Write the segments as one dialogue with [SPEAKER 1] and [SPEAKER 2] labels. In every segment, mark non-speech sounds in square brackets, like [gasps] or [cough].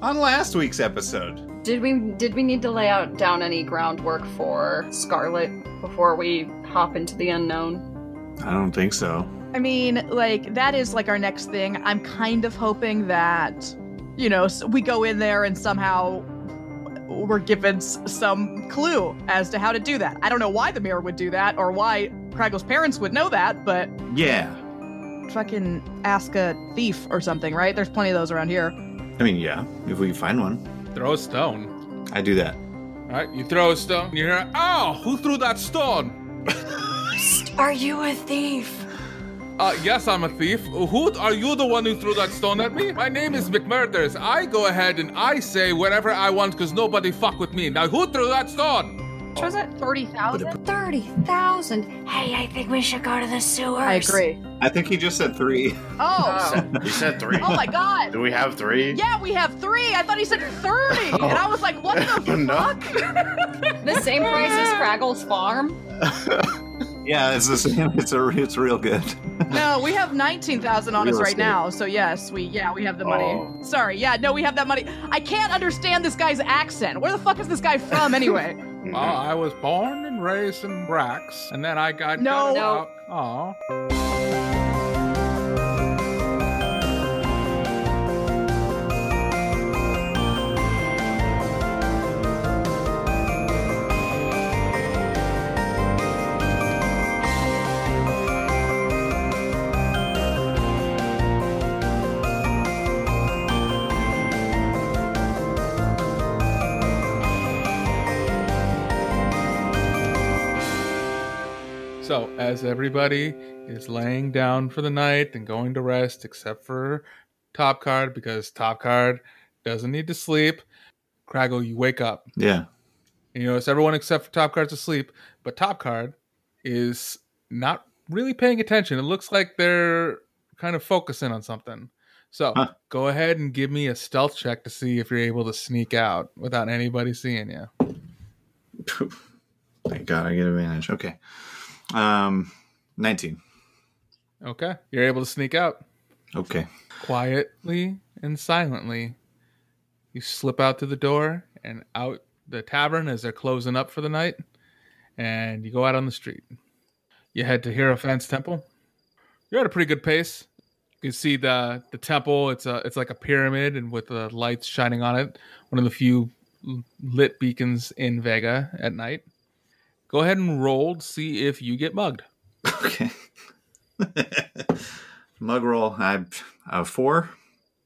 [SPEAKER 1] On last week's episode,
[SPEAKER 2] Did we did we need to lay out down any groundwork for Scarlet before we hop into the unknown?
[SPEAKER 1] I don't think so.
[SPEAKER 3] I mean, like that is like our next thing. I'm kind of hoping that, you know, s- we go in there and somehow we're given s- some clue as to how to do that. I don't know why the mirror would do that or why Craggle's parents would know that, but
[SPEAKER 1] Yeah.
[SPEAKER 3] fucking ask a thief or something, right? There's plenty of those around here.
[SPEAKER 1] I mean, yeah, if we find one.
[SPEAKER 4] Throw a stone.
[SPEAKER 1] I do that.
[SPEAKER 4] Right? You throw a stone, you hear, oh, who threw that stone?
[SPEAKER 5] Are you a thief?
[SPEAKER 4] Uh, yes, I'm a thief. Who are you the one who threw that stone at me? My name is McMurders. I go ahead and I say whatever I want because nobody fuck with me. Now, who threw that stone?
[SPEAKER 3] Was it thirty thousand?
[SPEAKER 5] 30,000. Hey, I think we should go to the sewers.
[SPEAKER 3] I agree.
[SPEAKER 1] I think he just said three.
[SPEAKER 3] Oh,
[SPEAKER 6] You said three.
[SPEAKER 3] [laughs] oh my god.
[SPEAKER 6] Do we have three?
[SPEAKER 3] Yeah, we have three. I thought he said thirty, and I was like, "What the
[SPEAKER 6] No.
[SPEAKER 3] fuck?" [laughs]
[SPEAKER 2] The same price as Craggle's farm?
[SPEAKER 1] [laughs] Yeah, it's the same. It's a, it's real good.
[SPEAKER 3] No, we have nineteen thousand on
[SPEAKER 1] Real
[SPEAKER 3] us right
[SPEAKER 1] estate.
[SPEAKER 3] now. So yes, we yeah we have the money.
[SPEAKER 6] Oh.
[SPEAKER 3] Sorry, yeah no we have that money. I can't understand this guy's accent. Where the fuck is this guy from anyway?
[SPEAKER 1] [laughs]
[SPEAKER 6] Mhm.
[SPEAKER 4] Well, Uh, I was born and raised in Brax, and then I got
[SPEAKER 3] No.
[SPEAKER 2] No.
[SPEAKER 4] Oh, so as everybody is laying down for the night and going to rest, except for Top Card because Top Card doesn't need to sleep. Craggle, you wake up.
[SPEAKER 1] Yeah.
[SPEAKER 4] And you notice everyone except for Top Card's asleep, but Top Card is not really paying attention. It looks like they're kind of focusing on something. So
[SPEAKER 1] Huh.
[SPEAKER 4] go ahead and give me a stealth check to see if you're able to sneak out without anybody seeing you.
[SPEAKER 1] Thank God I get advantage. Okay. Um, 19.
[SPEAKER 4] Okay. You're able to sneak out
[SPEAKER 1] Okay.
[SPEAKER 4] quietly and silently. You slip out through the door and out the tavern as they're closing up for the night, and you go out on the street. You head to Hero Fans Temple. You're at a pretty good pace. You can see the the temple. It's a it's like a pyramid, and with the lights shining on it, one of the few l- lit beacons in Vega at night. Go ahead and roll to see if you get mugged.
[SPEAKER 1] Okay. [laughs] Mug roll. I uh, four.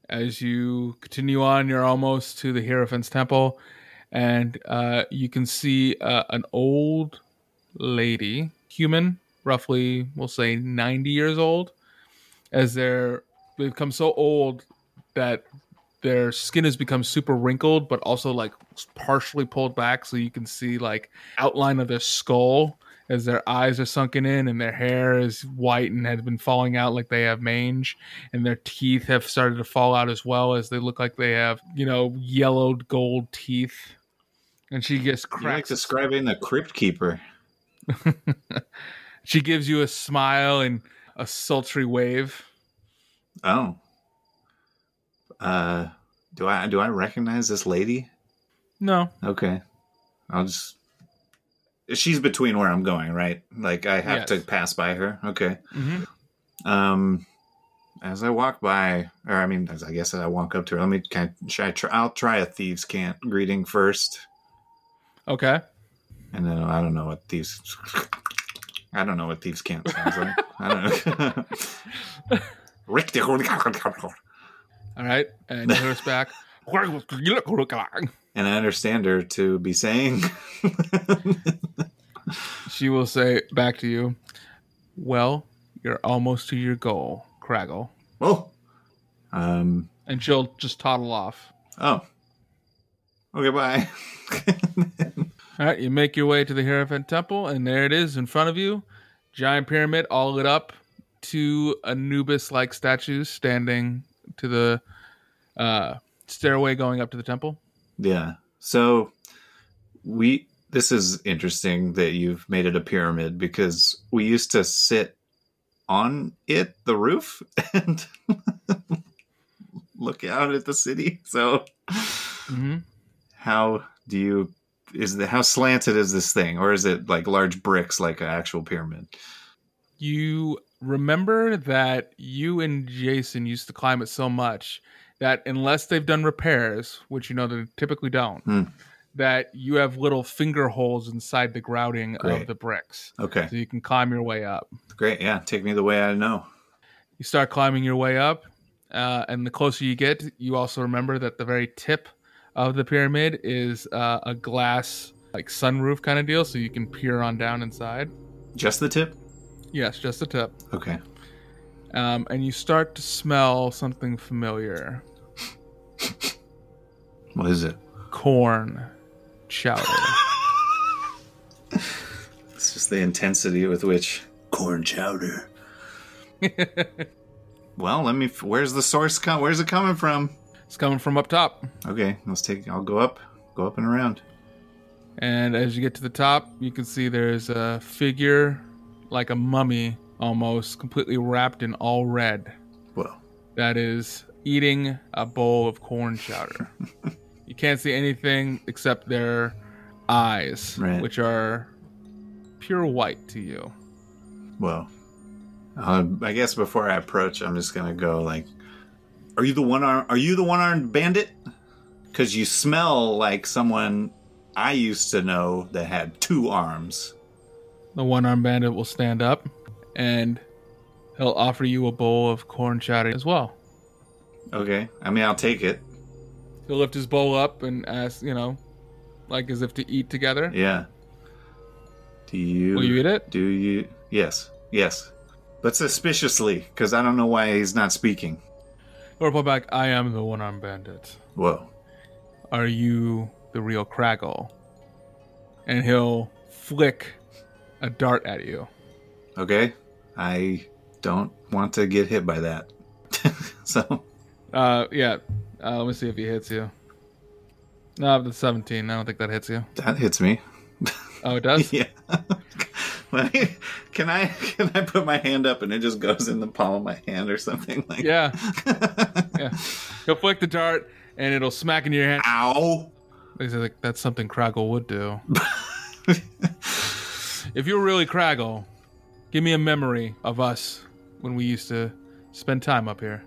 [SPEAKER 4] as you continue on you're almost to the hierophant's temple and uh, you can see uh, an old lady human roughly we'll say 90 years old as they're they've become so old that their skin has become super wrinkled but also like partially pulled back so you can see like outline of their skull as their eyes are sunken in and their hair is white and has been falling out like they have mange and their teeth have started to fall out as well as they look like they have you know yellowed gold teeth and she just
[SPEAKER 1] You're like
[SPEAKER 4] cracks a
[SPEAKER 1] describing the crypt keeper.
[SPEAKER 4] She gives you a smile and a sultry wave.
[SPEAKER 1] Oh. Uh, do I do I recognize this lady?
[SPEAKER 4] No.
[SPEAKER 1] Okay. I'll just. She's between where I'm going, right? Like I have to
[SPEAKER 4] Yes.
[SPEAKER 1] pass by her. Okay.
[SPEAKER 4] Mm-hmm.
[SPEAKER 1] Um, as I walk by, or I mean, as I guess as I walk up to her, let me. Can I, should I try? I'll try a thieves' cant greeting first,
[SPEAKER 4] Okay.
[SPEAKER 1] and then I don't know what thieves. I don't know what thieves' cant sounds like. [laughs] I [laughs] don't know.
[SPEAKER 4] All right. And you hear us back.
[SPEAKER 1] [laughs] and I understand her to be saying,
[SPEAKER 4] She will say back to you, Well, you're almost to your goal, Craggle.
[SPEAKER 1] "Oh, um,
[SPEAKER 4] and she'll just toddle off.
[SPEAKER 1] Oh. Okay, bye. [laughs]
[SPEAKER 4] All right, you make your way to the Hierophant Temple, and there it is in front of you. Giant pyramid, all lit up. Two Anubis like statues standing to the uh, stairway going up to the temple.
[SPEAKER 1] yeah. So we this is interesting that you've made it a pyramid because we used to sit on it, the roof, [laughs] and look out at the city. So
[SPEAKER 4] hmm
[SPEAKER 1] how do you is the how slanted is this thing or is it like large bricks like an actual pyramid
[SPEAKER 4] You remember that you and Jason used to climb it so much that unless they've done repairs, which you know they typically don't,
[SPEAKER 1] Hmm.
[SPEAKER 4] that you have little finger holes inside the grouting of
[SPEAKER 1] Great.
[SPEAKER 4] the bricks.
[SPEAKER 1] okay
[SPEAKER 4] So you can climb your way up.
[SPEAKER 1] great yeah take me the way i know
[SPEAKER 4] you start climbing your way up uh, and the closer you get you also remember that the very tip of the pyramid is uh, a glass like sunroof kind of deal so you can peer on down inside
[SPEAKER 1] just the tip
[SPEAKER 4] yes just the tip
[SPEAKER 1] okay
[SPEAKER 4] um, and you start to smell something familiar
[SPEAKER 1] what is it
[SPEAKER 4] corn chowder
[SPEAKER 1] it's just the intensity with which corn chowder [laughs] well let me where's the source come where's it coming from
[SPEAKER 4] it's coming from up top
[SPEAKER 1] okay let's take i'll go up go up and around
[SPEAKER 4] and as you get to the top you can see there's a figure like a mummy almost completely wrapped in all red
[SPEAKER 1] well
[SPEAKER 4] that is eating a bowl of corn chowder. you can't see anything except their eyes,
[SPEAKER 1] Right.
[SPEAKER 4] which are pure white to you.
[SPEAKER 1] Well, uh, I guess before I approach, I'm just gonna go like, "Are you the one arm? Are you the one armed bandit? Because you smell like someone I used to know that had two arms."
[SPEAKER 4] The one armed bandit will stand up and he'll offer you a bowl of corn chowder as well.
[SPEAKER 1] Okay, I mean I'll take it.
[SPEAKER 4] He'll lift his bowl up and ask, you know, like as if to eat together.
[SPEAKER 1] Yeah. Do you?
[SPEAKER 4] Will you eat it?
[SPEAKER 1] Do you? Yes, yes, but suspiciously, because I don't know why he's not speaking.
[SPEAKER 4] He'll reply back, I am the one armed bandit.
[SPEAKER 1] Whoa.
[SPEAKER 4] Are you the real Craggle? And he'll flick a dart at you.
[SPEAKER 1] Okay, I don't want to get hit by that. [laughs] so
[SPEAKER 4] Uh, yeah. Uh, let me see if he hits you. No, the 17. I don't think that hits you.
[SPEAKER 1] that hits me. [laughs]
[SPEAKER 4] Oh, it does?
[SPEAKER 1] Yeah. [laughs] Let me- can I [laughs] can I put my hand up and it just goes in the palm of my hand or something like?
[SPEAKER 4] yeah. yeah. He'll flick the dart and it'll smack into your hand.
[SPEAKER 1] Ow!
[SPEAKER 4] He's like, that's something Craggle would [laughs] do. if you're really Craggle, give me a memory of us when we used to spend time up here.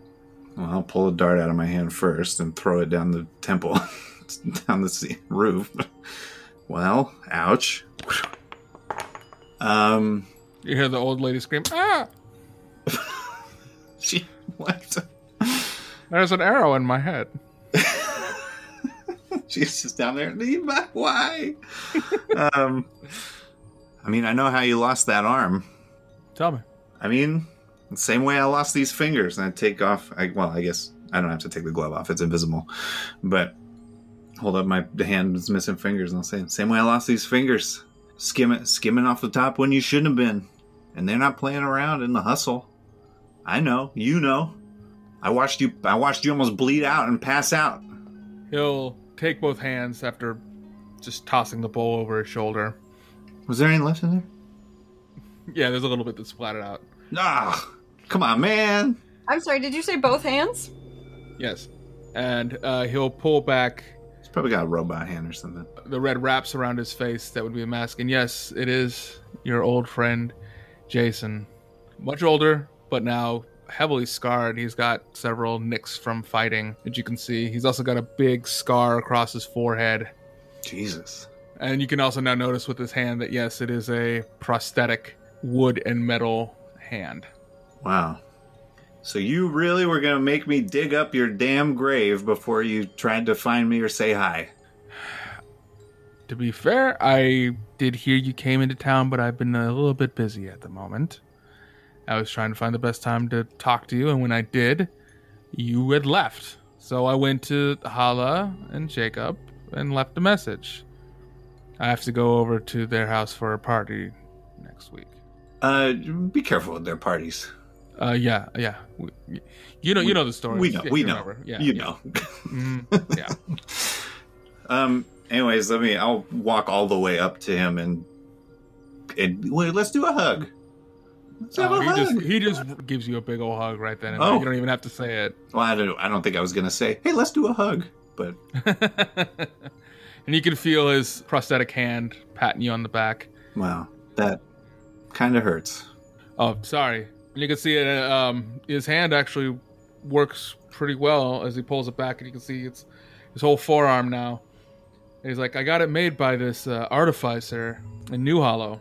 [SPEAKER 1] Well, I'll pull a dart out of my hand first and throw it down the temple, [laughs] down the sea- roof. well, ouch. Um,
[SPEAKER 4] You hear the old lady scream, ah!
[SPEAKER 1] she [laughs] what?
[SPEAKER 4] There's an arrow in my head.
[SPEAKER 1] She's just down there. Leave my why? um, I mean, I know how you lost that arm.
[SPEAKER 4] Tell me.
[SPEAKER 1] I mean, the same way I lost these fingers and I take off. I, well, I guess I don't have to take the glove off; it's invisible. But hold up my hand is missing fingers, and I'll say, "Same way I lost these fingers, skimming skimming off the top when you shouldn't have been." And they're not playing around in the hustle. I know, you know. I watched you. I watched you almost bleed out and pass out.
[SPEAKER 4] He'll take both hands after just tossing the bowl over his shoulder.
[SPEAKER 1] Was there any left in there?
[SPEAKER 4] Yeah, there's a little bit that's splattered out.
[SPEAKER 1] Ah, come on, man.
[SPEAKER 2] I'm sorry, did you say both hands?
[SPEAKER 4] Yes. And uh, he'll pull back
[SPEAKER 1] It's probably got a robot hand or something.
[SPEAKER 4] the red wraps around his face that would be a mask. And yes, it is your old friend, Jason. Much older, but now heavily scarred. He's got several nicks from fighting that you can see. He's also got a big scar across his forehead.
[SPEAKER 1] Jesus.
[SPEAKER 4] And you can also now notice with his hand that, yes, it is a prosthetic wood and metal hand.
[SPEAKER 1] Wow. So you really were going to make me dig up your damn grave before you tried to find me or say hi.
[SPEAKER 4] To be fair, I did hear you came into town, but I've been a little bit busy at the moment. I was trying to find the best time to talk to you, and when I did, you had left. So I went to Hala and Jacob and left a message. I have to go over to their house for a party next week.
[SPEAKER 1] Uh, be careful with their parties.
[SPEAKER 4] Uh, yeah, yeah. We- you know, you know the story.
[SPEAKER 1] We know.
[SPEAKER 4] Yeah,
[SPEAKER 1] we
[SPEAKER 4] you
[SPEAKER 1] know.
[SPEAKER 4] remember. Yeah,
[SPEAKER 1] you
[SPEAKER 4] yeah.
[SPEAKER 1] know.
[SPEAKER 4] Mhm,
[SPEAKER 1] [laughs]
[SPEAKER 4] yeah.
[SPEAKER 1] Um. Anyways, let me. I'll walk all the way up to him and and wait. Let's do a hug. Let's have
[SPEAKER 4] Uh,
[SPEAKER 1] a
[SPEAKER 4] he
[SPEAKER 1] hug.
[SPEAKER 4] just he just gives you a big old hug right then. And
[SPEAKER 1] Oh.
[SPEAKER 4] there. You don't even have to say
[SPEAKER 1] Well, I don't. I don't think I was gonna say, "Hey, let's do a hug," but
[SPEAKER 4] it. [laughs] and you can feel his prosthetic hand patting you on the back.
[SPEAKER 1] wow, that kind of hurts.
[SPEAKER 4] Oh, sorry. And you can see it. uh, Um, his hand actually works pretty well as he pulls it back, and you can see it's his whole forearm now. And he's like, "I got it made by this uh, artificer in New Hollow.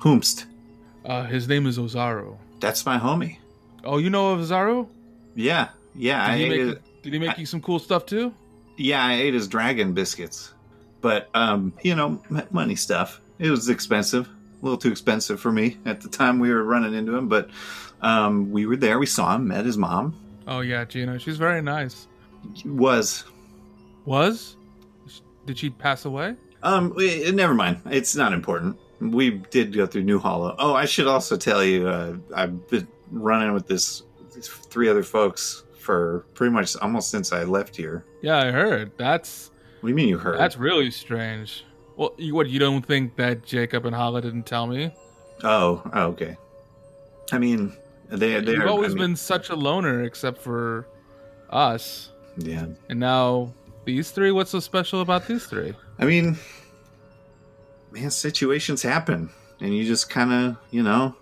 [SPEAKER 1] Whomst.
[SPEAKER 4] Uh, his name is Ozaru.
[SPEAKER 1] That's my homie.
[SPEAKER 4] Oh, you know of Ozaru?
[SPEAKER 1] Yeah, yeah. I
[SPEAKER 4] Did
[SPEAKER 1] uh,
[SPEAKER 4] he
[SPEAKER 1] ate
[SPEAKER 4] make
[SPEAKER 1] his,
[SPEAKER 4] did he make you some cool stuff too?
[SPEAKER 1] yeah, I ate his dragon biscuits, but um, you know, m- money stuff. It was expensive, a little too expensive for me at the time we were running into him. But um, we were there. We saw him. Met his mom.
[SPEAKER 4] Oh yeah, Gina. She's very nice.
[SPEAKER 1] Was
[SPEAKER 4] Was? Did she pass away?
[SPEAKER 1] Um, eh, never mind. It's not important. We did go through New Hollow. Oh, I should also tell you, uh, I've been running with this these three other folks for pretty much almost since I left here.
[SPEAKER 4] Yeah, I heard. That's
[SPEAKER 1] What do you mean you heard?
[SPEAKER 4] that's really strange. Well, you, what you don't think that Jacob and Hala didn't tell me?
[SPEAKER 1] Oh, oh, okay. I mean, they they
[SPEAKER 4] You've always been such a loner, except for us,
[SPEAKER 1] been yeah.
[SPEAKER 4] and now these three. What's so special about these three?
[SPEAKER 1] I mean, man, situations happen, and you just kind of, you know,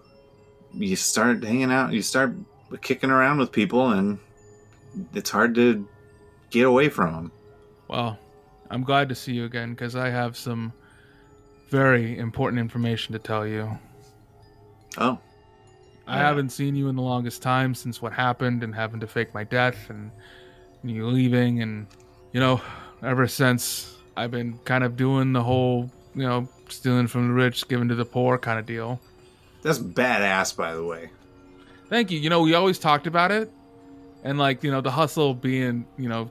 [SPEAKER 1] you start hanging out, you start kicking around with people, and it's hard to get away from them.
[SPEAKER 4] Well, I'm glad to see you again because I have some very important information to tell you.
[SPEAKER 1] Oh,
[SPEAKER 4] I haven't seen you in the longest time since what happened and having to fake my death and you leaving and you know ever since I've been kind of doing the whole you know stealing from the rich giving to the poor kind of deal.
[SPEAKER 1] that's badass, by the way.
[SPEAKER 4] Thank you. You know we always talked about it and like you know the hustle being you know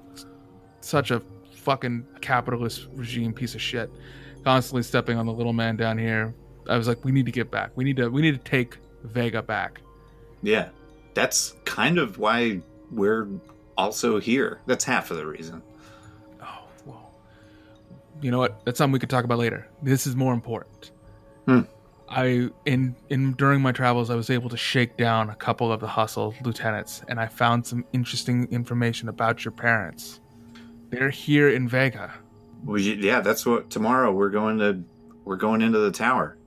[SPEAKER 4] such a fucking capitalist regime piece of shit constantly stepping on the little man down here. I was like we need to get back. We need to we need to take Vega back.
[SPEAKER 1] Yeah, that's kind of why we're also here. That's half of the reason.
[SPEAKER 4] Oh, well. You know what? That's something we could talk about later. This is more important.
[SPEAKER 1] Hmm.
[SPEAKER 4] I in in during my travels, I was able to shake down a couple of the hustle lieutenants, and I found some interesting information about your parents. They're here in Vega.
[SPEAKER 1] Well, y- yeah, that's what tomorrow we're going to. We're going into the tower.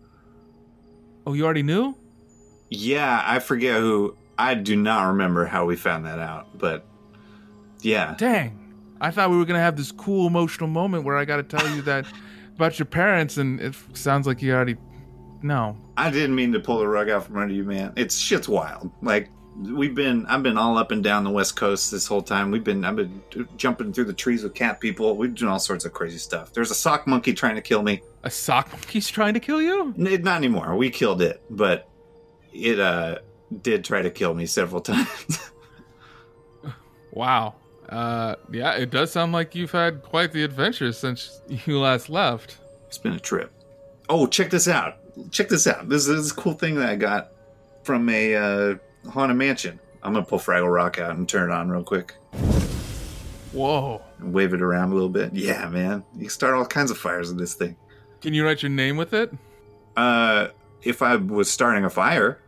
[SPEAKER 4] Oh, you already knew?
[SPEAKER 1] Yeah, I forget who. I do not remember how we found that out, but yeah,
[SPEAKER 4] Dang! I thought we were gonna have this cool emotional moment where I got to tell you that about your parents, and it sounds like you already. No,
[SPEAKER 1] I didn't mean to pull the rug out from under you, man. It's shit's wild. Like we've been, I've been all up and down the West Coast this whole time. We've been, I've been jumping through the trees with cat people. We've done all sorts of crazy stuff. There's a sock monkey trying to kill me.
[SPEAKER 4] a sock monkey's trying to kill you.
[SPEAKER 1] N- Not anymore. We killed it, but it uh did try to kill me several [laughs] times.
[SPEAKER 4] Wow. Uh, yeah, it does sound like you've had quite the adventure since you last left.
[SPEAKER 1] it's been a trip. Oh, check this out. Check this out. This, this is a cool thing that I got from a uh, haunted mansion. I'm gonna pull Fraggle Rock out and turn it on real quick.
[SPEAKER 4] Whoa.
[SPEAKER 1] and wave it around a little bit. Yeah, man. You can start all kinds of fires with this thing.
[SPEAKER 4] Can you write your name with it?
[SPEAKER 1] Uh, if I was starting a fire,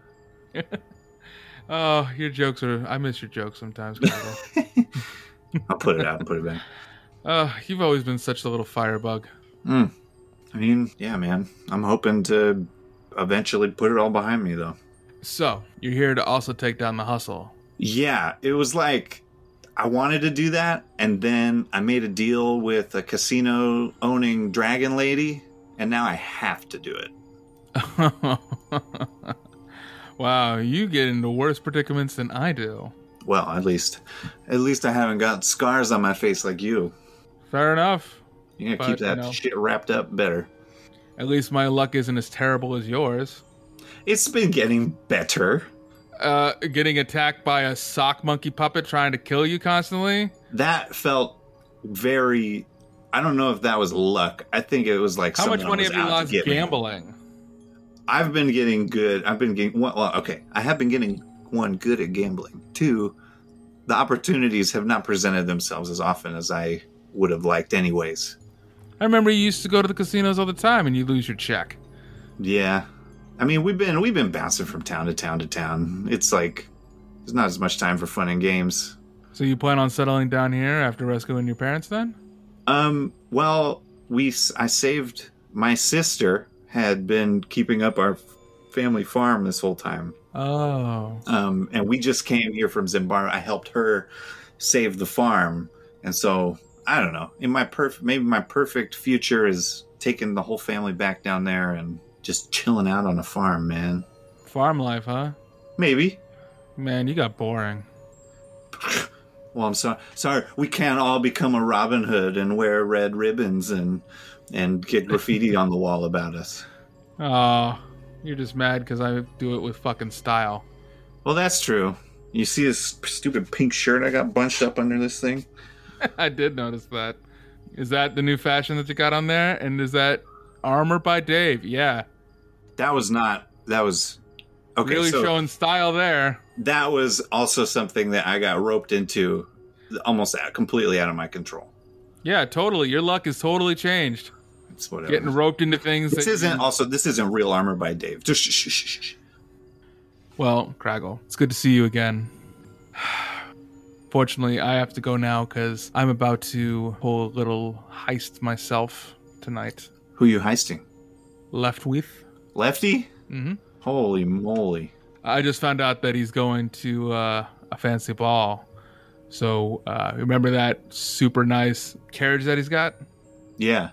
[SPEAKER 4] Oh, your jokes are. I miss your jokes sometimes. Kendall.
[SPEAKER 1] I'll put it out and put it back.
[SPEAKER 4] uh, you've always been such a little firebug.
[SPEAKER 1] Mm. I mean, yeah, man. I'm hoping to eventually put it all behind me, though.
[SPEAKER 4] So, you're here to also take down the hustle. [laughs]
[SPEAKER 1] Yeah, it was like I wanted to do that, and then I made a deal with a casino owning dragon lady, and now I have to do it.
[SPEAKER 4] wow, you get into worse predicaments than I do.
[SPEAKER 1] Well, at least, at least I haven't got scars on my face like you.
[SPEAKER 4] Fair enough.
[SPEAKER 1] You're gonna
[SPEAKER 4] But,
[SPEAKER 1] keep that
[SPEAKER 4] you know.
[SPEAKER 1] shit wrapped up better.
[SPEAKER 4] At least my luck isn't as terrible as yours.
[SPEAKER 1] It's been getting better.
[SPEAKER 4] uh, getting attacked by a sock monkey puppet trying to kill you constantly.
[SPEAKER 1] That felt very. I don't know if that was luck. I think it was like
[SPEAKER 4] How much
[SPEAKER 1] someone
[SPEAKER 4] money
[SPEAKER 1] was
[SPEAKER 4] have you
[SPEAKER 1] out to
[SPEAKER 4] lost
[SPEAKER 1] get me.
[SPEAKER 4] gambling?
[SPEAKER 1] I've been getting good. I've been getting one. Well, okay, I have been getting one good at gambling. Two, the opportunities have not presented themselves as often as I would have liked, anyways.
[SPEAKER 4] I remember you used to go to the casinos all the time and you lose your check.
[SPEAKER 1] Yeah, I mean we've been we've been bouncing from town to town to town. It's like there's not as much time for fun and games.
[SPEAKER 4] So you plan on settling down here after rescuing your parents then?
[SPEAKER 1] Um. Well, we s- I saved my sister had been keeping up our f- family farm this whole time.
[SPEAKER 4] Oh.
[SPEAKER 1] Um, and we just came here from Zimbabwe. I helped her save the farm, and so I don't know. In my perfect, maybe my perfect future is taking the whole family back down there and just chilling out on a farm, man.
[SPEAKER 4] Farm life, huh?
[SPEAKER 1] Maybe.
[SPEAKER 4] Man, you got boring.
[SPEAKER 1] Well, I'm sorry. Sorry, we can't all become a Robin Hood and wear red ribbons and and get graffiti
[SPEAKER 4] [laughs]
[SPEAKER 1] on the wall about us.
[SPEAKER 4] Oh, you're just mad because I do it with fucking style. [laughs]
[SPEAKER 1] Well, that's true. You see this stupid pink shirt I got bunched up under this thing?
[SPEAKER 4] I did notice that. Is that the new fashion that you got on there? And is that armor by Dave? Yeah.
[SPEAKER 1] That was not. That was okay.
[SPEAKER 4] really
[SPEAKER 1] so
[SPEAKER 4] showing style there.
[SPEAKER 1] that was also something that I got roped into, almost out, completely out of my control.
[SPEAKER 4] Yeah, totally. Your luck is totally changed.
[SPEAKER 1] It's whatever.
[SPEAKER 4] Getting roped into things.
[SPEAKER 1] this
[SPEAKER 4] that
[SPEAKER 1] isn't
[SPEAKER 4] you-
[SPEAKER 1] also. This isn't real armor by Dave. Just shh, shh, shh, shh, shh.
[SPEAKER 4] Well, Craggle, it's good to see you again. [sighs] Fortunately, I have to go now because I'm about to pull a little heist myself tonight.
[SPEAKER 1] Who you heisting?
[SPEAKER 4] Left with.
[SPEAKER 1] Lefty?
[SPEAKER 4] hmm
[SPEAKER 1] Holy moly!
[SPEAKER 4] I just found out that he's going to uh, a fancy ball. So uh, remember that super nice carriage that he's got?
[SPEAKER 1] Yeah,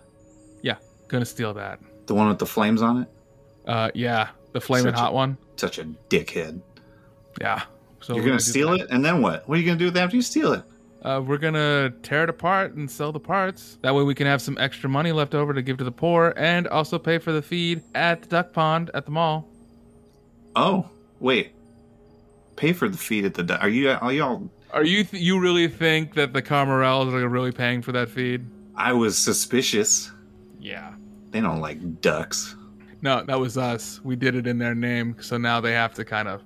[SPEAKER 4] Gonna steal that.
[SPEAKER 1] the one with the flames on it.
[SPEAKER 4] Uh, yeah, the flaming
[SPEAKER 1] Such a-
[SPEAKER 4] hot one.
[SPEAKER 1] Such a dickhead.
[SPEAKER 4] Yeah. So
[SPEAKER 1] You're
[SPEAKER 4] we're
[SPEAKER 1] gonna
[SPEAKER 4] do
[SPEAKER 1] steal
[SPEAKER 4] that.
[SPEAKER 1] it, and then what? What are you gonna do with it after you steal it?
[SPEAKER 4] Uh, we're gonna tear it apart and sell the parts. That way, we can have some extra money left over to give to the poor, and also pay for the feed at the duck pond at the mall.
[SPEAKER 1] Oh, wait. Pay for the feed at the. do- Are you? Are you all?
[SPEAKER 4] Are you th- you really think that the Carmarels are really paying for that feed?
[SPEAKER 1] I was suspicious.
[SPEAKER 4] Yeah.
[SPEAKER 1] They don't like ducks.
[SPEAKER 4] No, that was us. We did it in their name, so now they have to kind of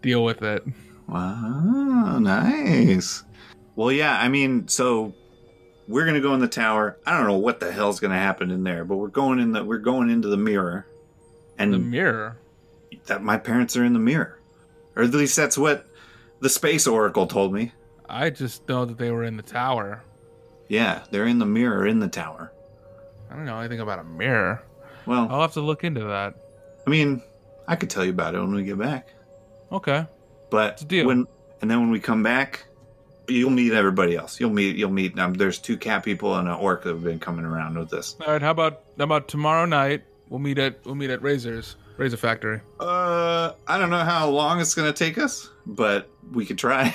[SPEAKER 4] deal with it.
[SPEAKER 1] Wow, nice. Well, yeah. I mean, so we're gonna go in the tower. I don't know what the hell's gonna happen in there, but we're going in the. We're going into the mirror, and
[SPEAKER 4] The mirror.
[SPEAKER 1] that my parents are in the mirror, or at least that's what the space oracle told me.
[SPEAKER 4] I just know that they were in the tower.
[SPEAKER 1] Yeah, they're in the mirror in the tower.
[SPEAKER 4] I don't know anything about a mirror.
[SPEAKER 1] Well,
[SPEAKER 4] I'll have to look into that.
[SPEAKER 1] I mean, I could tell you about it when we get back.
[SPEAKER 4] Okay.
[SPEAKER 1] But
[SPEAKER 4] a deal.
[SPEAKER 1] when and then when we come back, you'll meet everybody else. You'll meet you'll meet. Um, there's two cat people and an orc that have been coming around with us.
[SPEAKER 4] All right. How about how about tomorrow night? We'll meet at we'll meet at Razor's Razor Factory.
[SPEAKER 1] Uh, I don't know how long it's gonna take us, but we could try.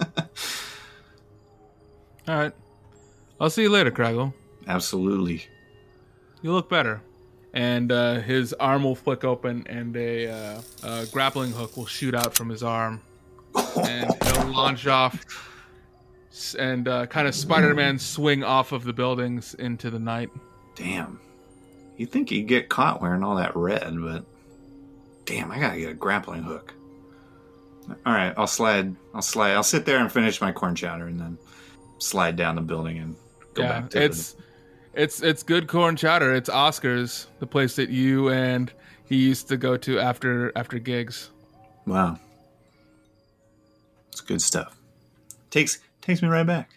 [SPEAKER 1] [laughs]
[SPEAKER 4] All right. I'll see you later, Craggle.
[SPEAKER 1] Absolutely.
[SPEAKER 4] You look better. And uh, his arm will flick open, and a, uh, a grappling hook will shoot out from his arm, and he'll launch off s- and uh, kind of Spider-Man swing off of the buildings into the night.
[SPEAKER 1] Damn. You think you'd get caught wearing all that red, but damn, I gotta get a grappling hook. All right, I'll slide. I'll slide. I'll sit there and finish my corn chowder, and then slide down the building and go
[SPEAKER 4] yeah,
[SPEAKER 1] back to the-
[SPEAKER 4] it's it's it's good corn chowder. It's Oscars, the place that you and he used to go to after after gigs.
[SPEAKER 1] Wow. It's good stuff. Takes takes me right back.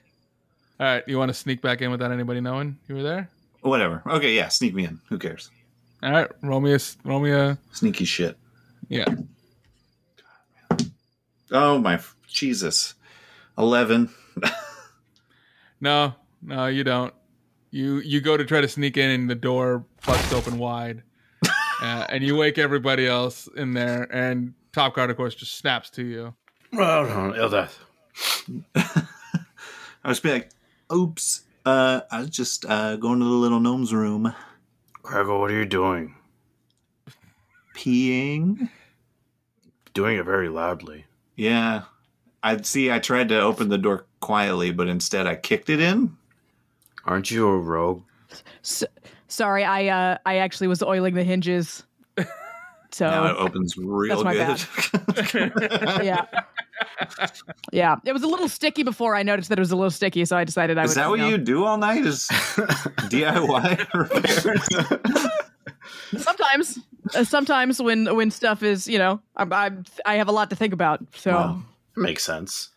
[SPEAKER 4] All right, you want to sneak back in without anybody knowing you were there?
[SPEAKER 1] Whatever. Okay, yeah, sneak me in. Who cares?
[SPEAKER 4] All right, roll me a s- roll me a
[SPEAKER 1] Sneaky shit.
[SPEAKER 4] yeah.
[SPEAKER 1] Oh my f- Jesus. 11.
[SPEAKER 4] No, no, you don't. You you go to try to sneak in, and the door busts open wide, uh, and you wake everybody else in there. And Top Card, of course, just snaps to you.
[SPEAKER 6] Well, on Eldath.
[SPEAKER 1] I was be like, "Oops. Uh I was just uh going to the little gnome's room
[SPEAKER 6] Craggle, what are you doing?
[SPEAKER 1] peeing."
[SPEAKER 6] doing it very loudly.
[SPEAKER 1] Yeah. I see. I tried to open the door quietly, but instead I kicked it in.
[SPEAKER 6] Aren't you a rogue?
[SPEAKER 3] Sorry, I uh, I actually was oiling the hinges. So
[SPEAKER 1] Now [laughs] it opens real
[SPEAKER 3] Oh. That's my
[SPEAKER 1] good.
[SPEAKER 3] yeah. Yeah. It was a little sticky before I noticed that it was a little sticky, so I decided I
[SPEAKER 1] Is
[SPEAKER 3] would
[SPEAKER 1] that what
[SPEAKER 3] know.
[SPEAKER 1] you do all night?
[SPEAKER 3] [laughs]
[SPEAKER 1] Is DIY repairs?
[SPEAKER 3] sometimes uh, sometimes when when stuff is, you know, I'm, I'm I have a lot to think about. So
[SPEAKER 6] Wow. Makes sense.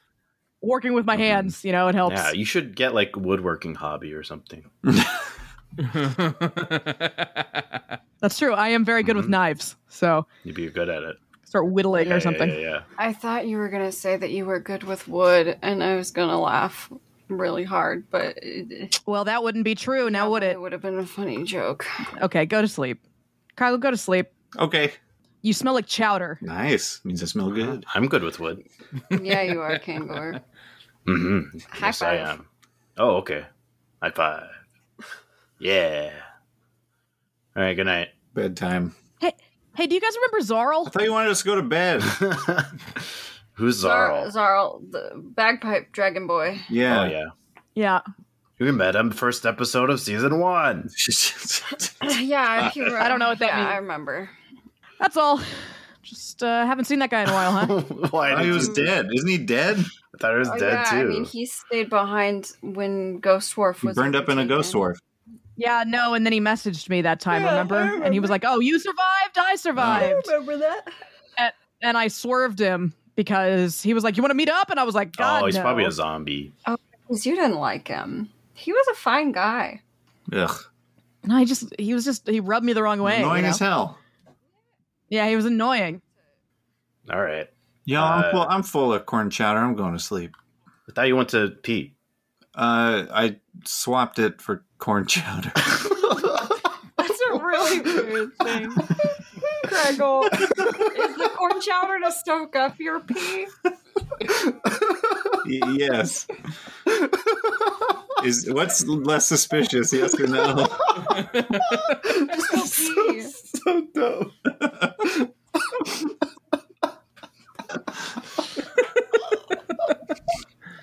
[SPEAKER 3] working with my
[SPEAKER 1] Mm-hmm.
[SPEAKER 3] hands, you know, it helps.
[SPEAKER 6] Yeah, you should get like woodworking hobby or something.
[SPEAKER 3] That's true. I am very good
[SPEAKER 1] Mm-hmm.
[SPEAKER 3] with knives. So
[SPEAKER 6] You'd be good at it.
[SPEAKER 3] start whittling
[SPEAKER 6] Yeah,
[SPEAKER 3] or something.
[SPEAKER 6] Yeah, yeah.
[SPEAKER 2] I thought you were gonna say that you were good with wood, and I was gonna laugh really hard, but it,
[SPEAKER 3] Well, that wouldn't be true, now would it?
[SPEAKER 2] it would have been a funny joke.
[SPEAKER 3] [laughs] Okay, go to sleep. Kylo, go to sleep.
[SPEAKER 1] [laughs] okay.
[SPEAKER 3] You smell like chowder.
[SPEAKER 1] Nice. Means I smell
[SPEAKER 6] yeah.
[SPEAKER 1] good.
[SPEAKER 6] I'm good with wood.
[SPEAKER 2] [laughs] yeah, you are, Kangor.
[SPEAKER 6] Mm-hmm.
[SPEAKER 2] High
[SPEAKER 6] Yes, I
[SPEAKER 2] five.
[SPEAKER 6] am. Oh, okay. High five. Yeah. All right. Good night.
[SPEAKER 1] [laughs]
[SPEAKER 3] Uh-huh.
[SPEAKER 1] Bedtime.
[SPEAKER 3] Hey, do you guys remember
[SPEAKER 1] I
[SPEAKER 3] Zorl?
[SPEAKER 1] thought you wanted us to go to
[SPEAKER 3] [laughs]
[SPEAKER 1] bed.
[SPEAKER 6] Who's
[SPEAKER 2] Zarl,
[SPEAKER 6] Zarl?
[SPEAKER 2] Zarl, the bagpipe dragon boy.
[SPEAKER 1] Yeah.
[SPEAKER 6] Oh
[SPEAKER 1] [laughs]
[SPEAKER 3] Yeah.
[SPEAKER 6] yeah. We met him first episode of season one.
[SPEAKER 2] [laughs]
[SPEAKER 6] Uh,
[SPEAKER 2] yeah, if you were,
[SPEAKER 3] I don't know what that
[SPEAKER 2] yeah,
[SPEAKER 3] means.
[SPEAKER 2] I remember.
[SPEAKER 3] That's all. Just uh, haven't seen that guy in a while, huh?
[SPEAKER 6] [laughs] Why?
[SPEAKER 1] Oh,
[SPEAKER 6] Did
[SPEAKER 1] he
[SPEAKER 6] you-
[SPEAKER 1] was dead. Isn't he dead?
[SPEAKER 6] I thought he was
[SPEAKER 2] Oh,
[SPEAKER 6] dead
[SPEAKER 2] yeah,
[SPEAKER 6] too.
[SPEAKER 2] I mean, he stayed behind when Ghost Wharf
[SPEAKER 1] He
[SPEAKER 2] was
[SPEAKER 1] burned up in a
[SPEAKER 2] overtaken.
[SPEAKER 1] ghost dwarf.
[SPEAKER 3] [laughs] yeah, no, and then he messaged me that time,
[SPEAKER 2] Yeah, I
[SPEAKER 3] remember? And he was like, Oh, you survived, I survived.
[SPEAKER 2] Remember that?
[SPEAKER 3] and I swerved him because he was like, You want to meet up? And I was like, God.
[SPEAKER 6] oh, he's
[SPEAKER 3] no.
[SPEAKER 6] probably a zombie.
[SPEAKER 2] Because you didn't like him. He was a fine guy.
[SPEAKER 1] Ugh.
[SPEAKER 3] No, he just he was just he rubbed me the wrong way. you
[SPEAKER 1] Annoying
[SPEAKER 3] know?
[SPEAKER 1] as hell.
[SPEAKER 3] Yeah, he was annoying.
[SPEAKER 6] All right.
[SPEAKER 1] Yo,
[SPEAKER 6] Uh,
[SPEAKER 1] I'm, full, I'm full of corn chowder. I'm going to sleep.
[SPEAKER 6] I thought you went to pee.
[SPEAKER 1] Uh, I swapped it for corn [laughs] chowder.
[SPEAKER 2] [laughs] That's a really weird
[SPEAKER 1] [laughs]
[SPEAKER 2] thing. Craggle, is the corn chowder to stoke up your pee?
[SPEAKER 1] Y- yes. [laughs] Is what's less suspicious? Yes or no? [laughs]
[SPEAKER 2] Just go pee.
[SPEAKER 1] so dumb.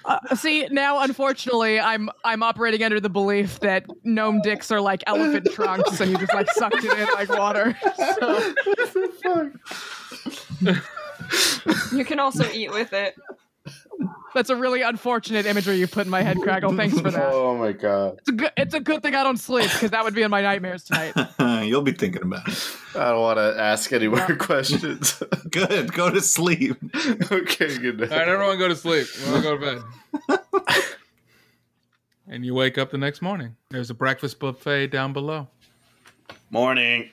[SPEAKER 3] Uh, see, now unfortunately, I'm I'm operating under the belief that gnome dicks are like elephant trunks, and you just like sucked it in like water. So,
[SPEAKER 2] You can also eat with it.
[SPEAKER 3] that's a really unfortunate imagery you put in my head, Craggle. Thanks for that.
[SPEAKER 6] Oh my god.
[SPEAKER 3] It's a good, it's a good thing I don't sleep because that would be in my nightmares tonight.
[SPEAKER 1] Uh, You'll be thinking about it. [laughs]
[SPEAKER 6] I don't want to ask any more questions. [laughs]
[SPEAKER 1] Good. Go to sleep.
[SPEAKER 6] okay, good night.
[SPEAKER 4] All right, everyone go to sleep. We all go to bed. and you wake up the next morning. There's a breakfast buffet down below.
[SPEAKER 6] Morning.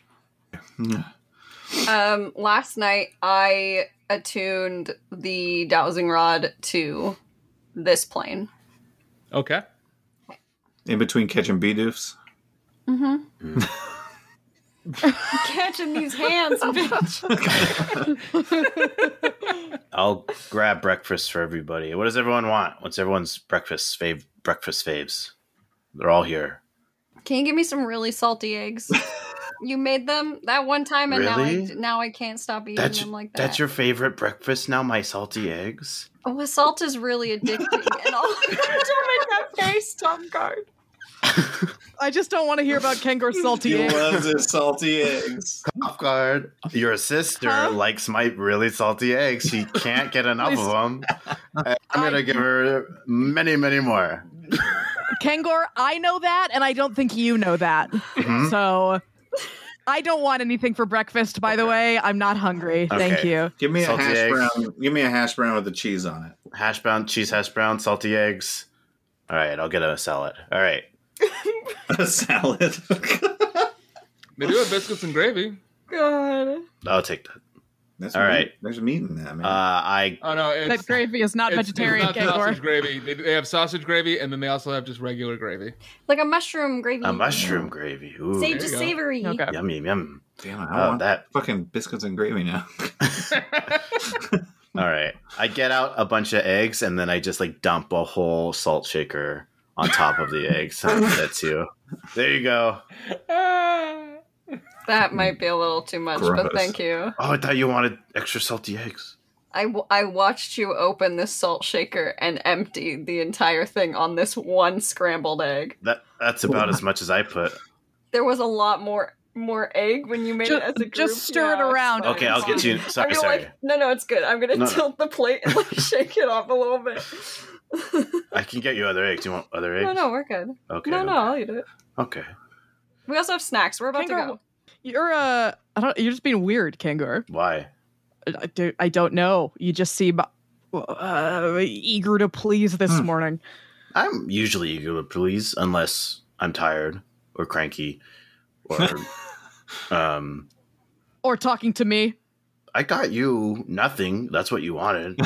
[SPEAKER 2] Um, last night I attuned the dowsing rod to this plane.
[SPEAKER 4] Okay.
[SPEAKER 1] In between catching bedoofs.
[SPEAKER 2] Catching these
[SPEAKER 1] [laughs]
[SPEAKER 2] hands, bitch.
[SPEAKER 6] I'll grab breakfast for everybody. What does everyone want? What's everyone's breakfast fave breakfast faves? They're all here.
[SPEAKER 2] Can you give me some really salty
[SPEAKER 6] [laughs]
[SPEAKER 2] eggs? You made them that one time, and
[SPEAKER 6] Really?
[SPEAKER 2] now I, now I can't stop eating
[SPEAKER 6] That's
[SPEAKER 2] them like that.
[SPEAKER 6] that's your favorite breakfast now, my salty eggs?
[SPEAKER 2] Oh, salt is
[SPEAKER 6] [laughs]
[SPEAKER 2] really addicting. and all [laughs] don't make that face, Tom Card.
[SPEAKER 3] I just don't want to hear about Kangor salty eggs.
[SPEAKER 1] loves his salty eggs.
[SPEAKER 6] Off guard. Your sister
[SPEAKER 3] Huh?
[SPEAKER 6] likes my really salty eggs. She can't get enough
[SPEAKER 2] [laughs]
[SPEAKER 6] of them. I'm
[SPEAKER 3] I-
[SPEAKER 6] gonna give her many, many more.
[SPEAKER 3] Kangor, I know that, and I don't think you know that. So I don't want anything for breakfast, by the way. I'm not hungry. Thank
[SPEAKER 6] Okay.
[SPEAKER 3] you.
[SPEAKER 1] Give me
[SPEAKER 6] Salty
[SPEAKER 1] a hash
[SPEAKER 6] egg.
[SPEAKER 1] brown. Give me a hash brown with the cheese on it. [laughs]
[SPEAKER 6] hash brown, cheese hash brown, salty eggs. All right, I'll get a salad. All right.
[SPEAKER 1] A salad. [laughs]
[SPEAKER 4] They do have biscuits and gravy.
[SPEAKER 2] God.
[SPEAKER 6] I'll take that.
[SPEAKER 1] That's
[SPEAKER 6] All
[SPEAKER 1] meat.
[SPEAKER 6] right.
[SPEAKER 1] There's meat in that,
[SPEAKER 6] Uh,
[SPEAKER 1] man.
[SPEAKER 6] I
[SPEAKER 4] Oh no, it's
[SPEAKER 3] That gravy is not
[SPEAKER 4] it's-
[SPEAKER 3] vegetarian,
[SPEAKER 4] it's not sausage
[SPEAKER 3] Kangor.
[SPEAKER 4] gravy. They, they have sausage gravy, and then they also have just regular gravy.
[SPEAKER 2] Like a mushroom gravy.
[SPEAKER 6] a mushroom gravy. Ooh,
[SPEAKER 2] Save
[SPEAKER 4] you
[SPEAKER 2] just
[SPEAKER 4] go.
[SPEAKER 2] savory.
[SPEAKER 3] Okay.
[SPEAKER 6] yum yum yum.
[SPEAKER 1] Damn it! I
[SPEAKER 6] Oh,
[SPEAKER 1] want
[SPEAKER 6] that.
[SPEAKER 1] fucking biscuits and gravy now.
[SPEAKER 6] All right. I get out a bunch of eggs and then I just like dump a whole salt shaker [laughs] on top of the eggs. That's you. There you go.
[SPEAKER 2] That might be a little too much,
[SPEAKER 1] Gross.
[SPEAKER 2] but thank you.
[SPEAKER 6] Oh, I thought you wanted extra salty eggs.
[SPEAKER 2] I, w- I watched you open this salt shaker and empty the entire thing on this one scrambled egg.
[SPEAKER 6] That that's about as much as
[SPEAKER 2] [laughs]
[SPEAKER 6] I put.
[SPEAKER 2] There was a lot more more egg when you made
[SPEAKER 3] Ju-
[SPEAKER 2] it as a group.
[SPEAKER 3] just stir it
[SPEAKER 2] Yeah, it's
[SPEAKER 3] around.
[SPEAKER 2] fine,
[SPEAKER 6] Okay, I'll
[SPEAKER 2] it's
[SPEAKER 6] get
[SPEAKER 2] fine.
[SPEAKER 6] you.
[SPEAKER 2] I'm
[SPEAKER 6] Sorry,
[SPEAKER 2] gonna
[SPEAKER 6] sorry.
[SPEAKER 2] like no no it's good. I'm gonna
[SPEAKER 6] No, no.
[SPEAKER 2] tilt the plate and
[SPEAKER 6] [laughs]
[SPEAKER 2] like shake it off a little bit.
[SPEAKER 6] I can get you other eggs. Do you want other eggs?
[SPEAKER 2] no no we're good.
[SPEAKER 6] Okay.
[SPEAKER 2] no no I'll eat it.
[SPEAKER 6] Okay.
[SPEAKER 2] We also have snacks. We're about
[SPEAKER 3] Kangaroo-
[SPEAKER 2] to go.
[SPEAKER 3] You're uh, I don't. You're just being weird, Kangar.
[SPEAKER 6] Why?
[SPEAKER 3] I don't, I don't know. You just seem uh, eager to please this
[SPEAKER 1] Hmm.
[SPEAKER 3] morning.
[SPEAKER 6] I'm usually eager to please, unless I'm tired or cranky,
[SPEAKER 3] [laughs]
[SPEAKER 6] or um,
[SPEAKER 3] Or talking to me.
[SPEAKER 6] I got you nothing. That's what you wanted.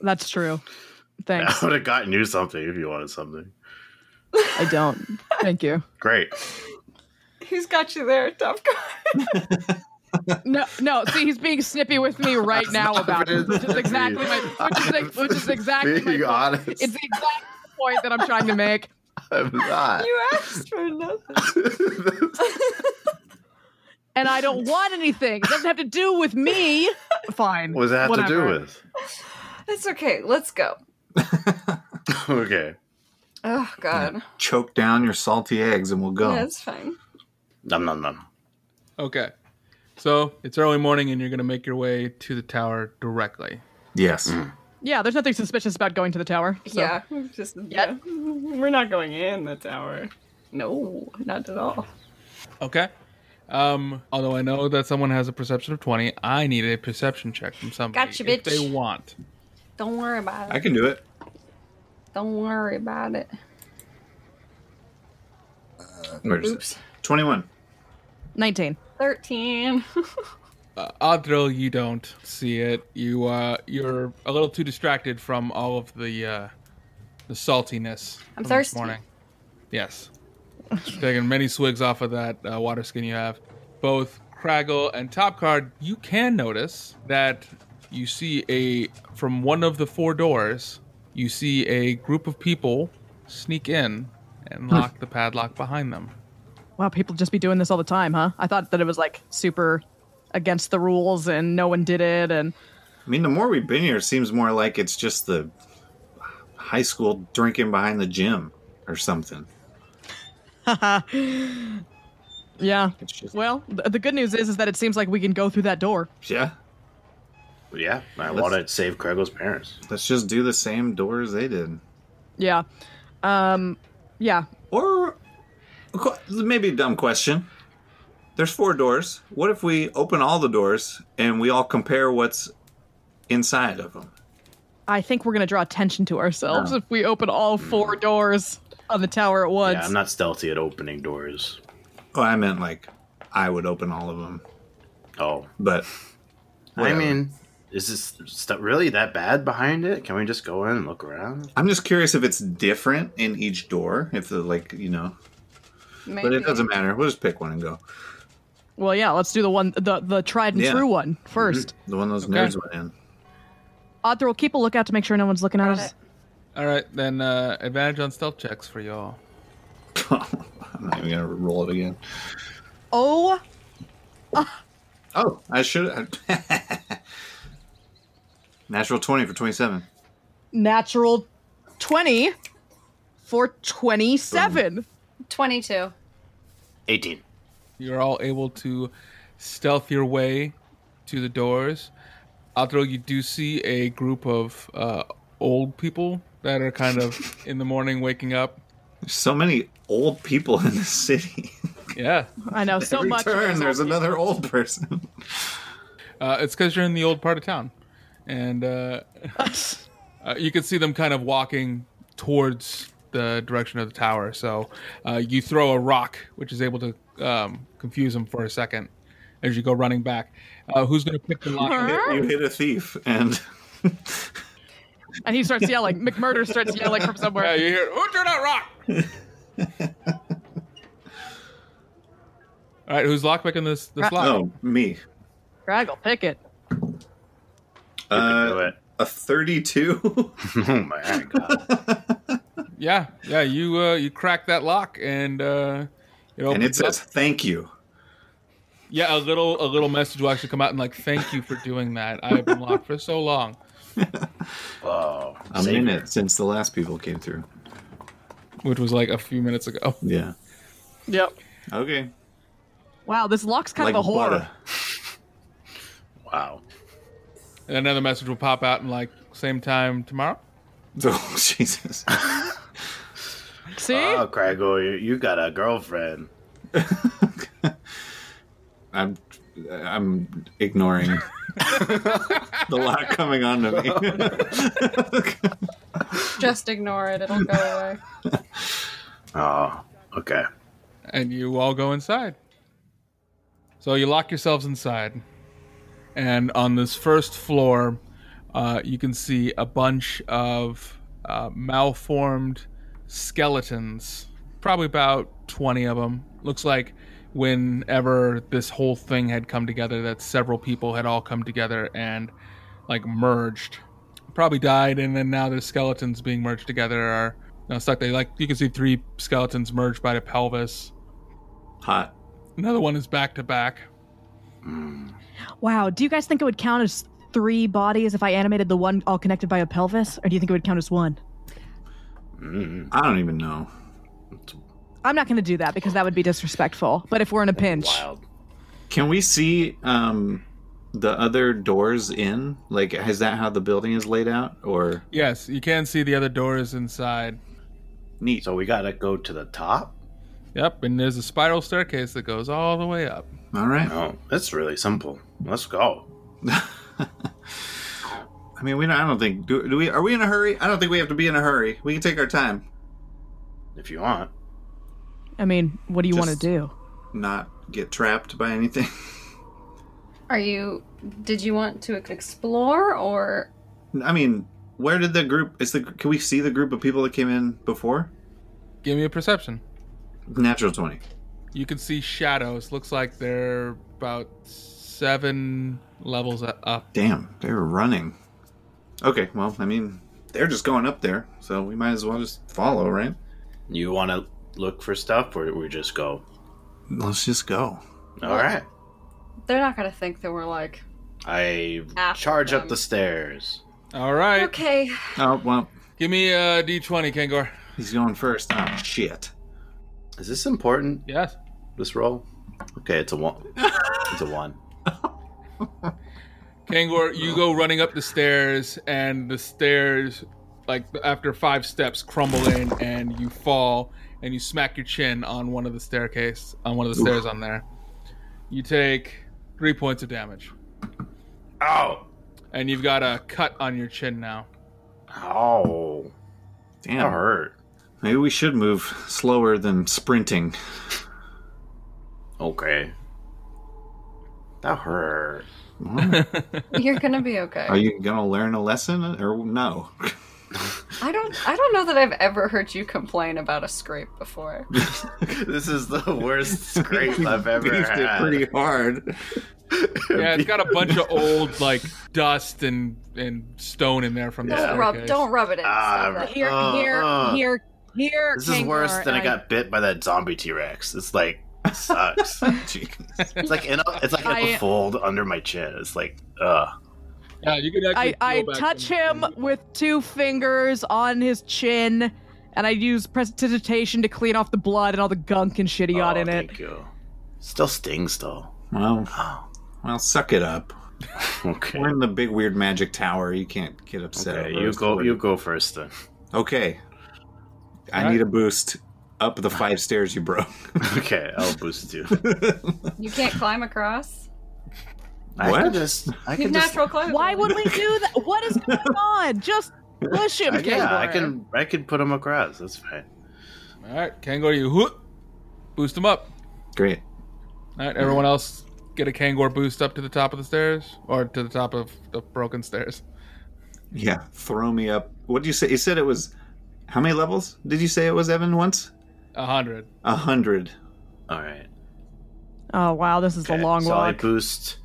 [SPEAKER 3] That's true.
[SPEAKER 6] [laughs] I [laughs]
[SPEAKER 3] Thanks.
[SPEAKER 6] would have gotten you something if you wanted something.
[SPEAKER 3] I don't. Thank you.
[SPEAKER 6] Great.
[SPEAKER 2] Who's got you there, tough guy? [laughs]
[SPEAKER 3] No, no. See, he's being snippy with
[SPEAKER 6] [laughs]
[SPEAKER 3] me right now about it, which is exactly my, which is, ex- which
[SPEAKER 6] [laughs]
[SPEAKER 3] is exactly my
[SPEAKER 6] Being
[SPEAKER 3] point.
[SPEAKER 6] honest,
[SPEAKER 3] It's the exact point that I'm trying to make. [laughs]
[SPEAKER 6] I'm not. [laughs]
[SPEAKER 2] You asked for nothing.
[SPEAKER 3] And I don't want anything. It doesn't have to do with
[SPEAKER 6] [laughs]
[SPEAKER 3] me. Fine.
[SPEAKER 6] What does that have to do
[SPEAKER 3] Whatever.
[SPEAKER 6] with? [laughs]
[SPEAKER 2] That's okay. Let's go.
[SPEAKER 6] Okay.
[SPEAKER 2] Oh god.
[SPEAKER 1] Choke down your salty eggs and we'll go.
[SPEAKER 2] Yeah, it's fine.
[SPEAKER 6] Nom nom nom.
[SPEAKER 4] Okay. So it's early morning and you're going to make your way to the tower directly.
[SPEAKER 1] Yes.
[SPEAKER 3] Yeah, there's nothing suspicious about going to the tower. So.
[SPEAKER 2] Yeah, we've just yeah. We're not going in the tower. No, not at all.
[SPEAKER 4] Okay. Um, although I know that someone has a perception of 20, I need a perception check from somebody.
[SPEAKER 2] Gotcha,
[SPEAKER 4] if
[SPEAKER 2] bitch.
[SPEAKER 4] they want.
[SPEAKER 2] Don't worry about it.
[SPEAKER 1] I can do it.
[SPEAKER 2] Don't worry about it.
[SPEAKER 1] Where is it?
[SPEAKER 2] Oops.
[SPEAKER 1] 21.
[SPEAKER 3] 19.
[SPEAKER 2] Thirteen. [laughs]
[SPEAKER 4] Uh, Adril, you don't see it. You uh, you're a little too distracted from all of the uh, the saltiness.
[SPEAKER 2] I'm
[SPEAKER 4] from This
[SPEAKER 2] thirsty.
[SPEAKER 4] morning. Yes. Taking many swigs off of that uh, water skin you have. Both Craggle and Topcard, you can notice that you see a from one of the four doors. You see a group of people sneak in
[SPEAKER 2] Hmm.
[SPEAKER 4] and lock the padlock behind them.
[SPEAKER 3] Wow, people just be doing this all the time, huh? I thought that it was like super against the rules and no one did it. And
[SPEAKER 1] I mean, the more we've been here, it seems more like it's just the high school drinking behind the gym or something.
[SPEAKER 3] yeah.
[SPEAKER 1] It's just,
[SPEAKER 3] Well, th- the good news is, is that it seems like we can go through that door.
[SPEAKER 1] yeah,
[SPEAKER 6] Yeah, I want to save Craggle's parents.
[SPEAKER 1] let's just do the same door as they did.
[SPEAKER 3] Yeah. Um, yeah.
[SPEAKER 1] Or qu- maybe a dumb question. There's four doors. What if we open all the doors and we all compare what's inside of them?
[SPEAKER 3] I think we're going to draw attention to ourselves if we open all
[SPEAKER 1] Mm.
[SPEAKER 3] four doors on the tower at once.
[SPEAKER 6] Yeah, I'm not stealthy at opening doors.
[SPEAKER 1] Oh, I meant like I would open all of them,
[SPEAKER 6] Oh,
[SPEAKER 1] but whatever.
[SPEAKER 6] is this stuff really that bad behind it? Can we just go in and look around?
[SPEAKER 1] I'm just curious if it's different in each door. If the like, you know,
[SPEAKER 2] Maybe.
[SPEAKER 1] but it doesn't matter. We'll just pick one and go.
[SPEAKER 3] Well, yeah, let's do the one, the, the tried and
[SPEAKER 1] Yeah. Mm-hmm.
[SPEAKER 3] true one first.
[SPEAKER 1] The one those
[SPEAKER 4] Okay.
[SPEAKER 1] nerds went in. [laughs]
[SPEAKER 3] Arthur will keep a lookout to make sure no one's looking at
[SPEAKER 2] Got
[SPEAKER 3] us.
[SPEAKER 2] it.
[SPEAKER 4] All right, then uh, advantage on stealth checks for y'all.
[SPEAKER 1] I'm not even gonna roll it again.
[SPEAKER 3] Oh,
[SPEAKER 1] Oh, I should. [laughs] Natural twenty for twenty-seven.
[SPEAKER 3] natural 20 for 27.
[SPEAKER 2] Twenty-two.
[SPEAKER 6] 18.
[SPEAKER 4] You're all able to stealth your way to the doors. Although you do see a group of uh, old people that are kind of in the morning waking up.
[SPEAKER 1] There's so many old people in the city. [laughs]
[SPEAKER 4] Yeah,
[SPEAKER 3] I know so
[SPEAKER 1] Every
[SPEAKER 3] much.
[SPEAKER 1] turn, there's another old person.
[SPEAKER 4] uh, it's because you're in the old part of town, and uh, uh, you can see them kind of walking towards the direction of the tower. So uh, you throw a rock, which is able to um, confuse them for a second as you go running back. Uh, who's going to pick the lock?
[SPEAKER 1] you hit a thief, and
[SPEAKER 3] [laughs] and he starts yelling. McMurder starts yelling from somewhere.
[SPEAKER 4] Yeah, you hear, who threw that rock? [laughs] All right, who's lockpicking this this lock?
[SPEAKER 1] oh, me.
[SPEAKER 3] Craggle, pick it.
[SPEAKER 6] You can do
[SPEAKER 1] Uh,
[SPEAKER 6] it.
[SPEAKER 1] a thirty-two. [laughs]
[SPEAKER 6] Oh my god.
[SPEAKER 4] Yeah, yeah, you uh, you crack that lock, and uh, You know,
[SPEAKER 1] and it says thank you.
[SPEAKER 4] yeah, a little a little message will actually come out and like, thank you for doing that. I've been locked for so long.
[SPEAKER 6] Oh,
[SPEAKER 1] [laughs] I'm
[SPEAKER 6] savior.
[SPEAKER 1] in it since the last people came through.
[SPEAKER 4] Which was like a few minutes ago.
[SPEAKER 1] Yeah.
[SPEAKER 3] Yep.
[SPEAKER 1] Okay.
[SPEAKER 3] Wow, this lock's kind of a horror.
[SPEAKER 1] butter. [laughs]
[SPEAKER 6] Wow.
[SPEAKER 4] And another message will pop out and like same time tomorrow.
[SPEAKER 1] Oh, Jesus.
[SPEAKER 3] See?
[SPEAKER 6] Oh, Craggle, you, you got a girlfriend.
[SPEAKER 1] I'm I'm ignoring [laughs] the lot coming on to me.
[SPEAKER 2] Just ignore it. It'll go away.
[SPEAKER 6] Oh, okay.
[SPEAKER 4] and you all go inside. So you lock yourselves inside, and on this first floor, uh, you can see a bunch of uh, malformed skeletons, probably about 20 of them. Looks like whenever this whole thing had come together, that several people had all come together and like merged. Probably died, and then now their skeletons being merged together are now stuck. They like you can see three skeletons merged by the pelvis.
[SPEAKER 1] [laughs] Hot.
[SPEAKER 4] Another one is back to back.
[SPEAKER 3] Wow. Do you guys think it would count as three bodies if I animated the one all connected by a pelvis? Or do you think it would count as one?
[SPEAKER 6] Mm.
[SPEAKER 1] I don't even know.
[SPEAKER 3] I'm not going to do that because that would be disrespectful. But if we're in a pinch,
[SPEAKER 6] Wild.
[SPEAKER 1] Can we see um the other doors in? Like is that how the building is laid out or
[SPEAKER 4] Yes, you can see the other doors inside.
[SPEAKER 1] neat?
[SPEAKER 6] So we gotta go to the top?
[SPEAKER 4] Yep, and there's a spiral staircase that goes all the way up.
[SPEAKER 1] All right.
[SPEAKER 6] Oh, that's really simple. Let's go.
[SPEAKER 1] I mean, we don't, I don't think do, do we are we in a hurry? I don't think we have to be in a hurry. We can take our time.
[SPEAKER 6] If you want.
[SPEAKER 3] I mean, what do you want to
[SPEAKER 1] Just-
[SPEAKER 3] do?
[SPEAKER 1] Not get trapped by anything. [laughs]
[SPEAKER 2] Are you? Did you want to explore or?
[SPEAKER 1] I mean, where did the group is the can we see the group of people that came in before?
[SPEAKER 4] Give me a perception.
[SPEAKER 1] Natural 20.
[SPEAKER 4] You can see shadows. Looks like they're about seven levels u- up.
[SPEAKER 1] Damn, they're running. Okay, well, I mean, they're just going up there, so we might as well just follow, right?
[SPEAKER 6] You wanna look for stuff or we just go?
[SPEAKER 1] Let's just go.
[SPEAKER 6] Alright.
[SPEAKER 2] They're not gonna think that we're like.
[SPEAKER 6] I
[SPEAKER 2] After
[SPEAKER 6] charge up
[SPEAKER 2] them.
[SPEAKER 6] the stairs.
[SPEAKER 4] All right.
[SPEAKER 2] Okay.
[SPEAKER 1] Oh, well,
[SPEAKER 4] Give me a d20, Kangor.
[SPEAKER 1] he's going first. Oh, shit.
[SPEAKER 6] Is this important?
[SPEAKER 4] Yes.
[SPEAKER 6] This roll? Okay, it's a one. it's a one.
[SPEAKER 4] Kangor, you go running up the stairs, and the stairs, like after five steps, crumble in, and you fall, and you smack your chin on one of the staircase, on one of the stairs on there. You take three points of damage,
[SPEAKER 6] Ow!
[SPEAKER 4] and you've got a cut on your chin now.
[SPEAKER 6] Ow. That
[SPEAKER 1] Damn.
[SPEAKER 6] hurt.
[SPEAKER 1] Maybe we should move slower than sprinting.
[SPEAKER 6] Okay. That hurt.
[SPEAKER 2] You're gonna be okay.
[SPEAKER 1] [laughs] Are you going to learn a lesson or no?
[SPEAKER 2] I don't. I don't know that I've ever heard you complain about a scrape
[SPEAKER 1] [laughs]
[SPEAKER 2] before.
[SPEAKER 6] [laughs] This is the worst scrape [laughs] I've ever
[SPEAKER 1] Beefed it
[SPEAKER 6] had.
[SPEAKER 1] pretty hard.
[SPEAKER 4] Yeah, it's got a bunch of old like dust and and stone in there from the
[SPEAKER 6] Yeah.
[SPEAKER 2] Don't rub.
[SPEAKER 4] staircase.
[SPEAKER 2] Don't rub it in.
[SPEAKER 6] [laughs] Ah,
[SPEAKER 2] Stop that.
[SPEAKER 3] Here,
[SPEAKER 6] Uh,
[SPEAKER 3] here,
[SPEAKER 6] uh.
[SPEAKER 3] here, here.
[SPEAKER 6] This is worse
[SPEAKER 3] Kangor,
[SPEAKER 6] than I
[SPEAKER 3] and
[SPEAKER 6] got bit by that zombie T Rex. It's like
[SPEAKER 3] [laughs]
[SPEAKER 6] sucks. [laughs]
[SPEAKER 1] Jeez.
[SPEAKER 6] it's like in a, it's like in
[SPEAKER 3] I-
[SPEAKER 6] a fold under my chin. It's like uh, ugh.
[SPEAKER 4] Yeah, you can
[SPEAKER 3] I,
[SPEAKER 4] actually.
[SPEAKER 3] I
[SPEAKER 4] peel back
[SPEAKER 3] touch
[SPEAKER 4] some-
[SPEAKER 3] him with two fingers on his chin, and I use prestidigitation to clean off the blood and all the gunk and shit he got
[SPEAKER 6] Oh,
[SPEAKER 3] in it.
[SPEAKER 6] Thank you. Still stings though. [laughs]
[SPEAKER 1] well,
[SPEAKER 6] Oh,
[SPEAKER 1] well, suck it up.
[SPEAKER 6] okay.
[SPEAKER 1] We're in the big weird magic tower. You can't get upset.
[SPEAKER 6] Okay,
[SPEAKER 1] over
[SPEAKER 6] you
[SPEAKER 1] us.
[SPEAKER 6] go. You go first then. [laughs]
[SPEAKER 1] Okay. I
[SPEAKER 4] All right.
[SPEAKER 1] need a boost up the five stairs you broke.
[SPEAKER 6] Okay, I'll boost
[SPEAKER 1] [laughs]
[SPEAKER 6] you.
[SPEAKER 2] You can't climb across.
[SPEAKER 6] I
[SPEAKER 1] What?
[SPEAKER 6] can just. I
[SPEAKER 2] You have
[SPEAKER 6] can just.
[SPEAKER 2] natural clothing.
[SPEAKER 3] Why would we do that? What is going on? Just push him,
[SPEAKER 6] I, Uh, yeah, I
[SPEAKER 3] Kangor.
[SPEAKER 6] can. I can put him across. That's fine.
[SPEAKER 4] All right, Kangor, you whoop, boost him up.
[SPEAKER 1] Great.
[SPEAKER 4] All right, everyone else get a Kangor boost up to the top of the stairs or to the top of the broken stairs.
[SPEAKER 1] Yeah. Throw me up. What did you say? You said it was how many levels did you say it was, Evan, once?
[SPEAKER 4] A hundred.
[SPEAKER 1] A hundred.
[SPEAKER 6] All right.
[SPEAKER 3] Oh wow, this is
[SPEAKER 6] Okay,
[SPEAKER 3] a long
[SPEAKER 6] so I
[SPEAKER 3] walk.
[SPEAKER 6] boost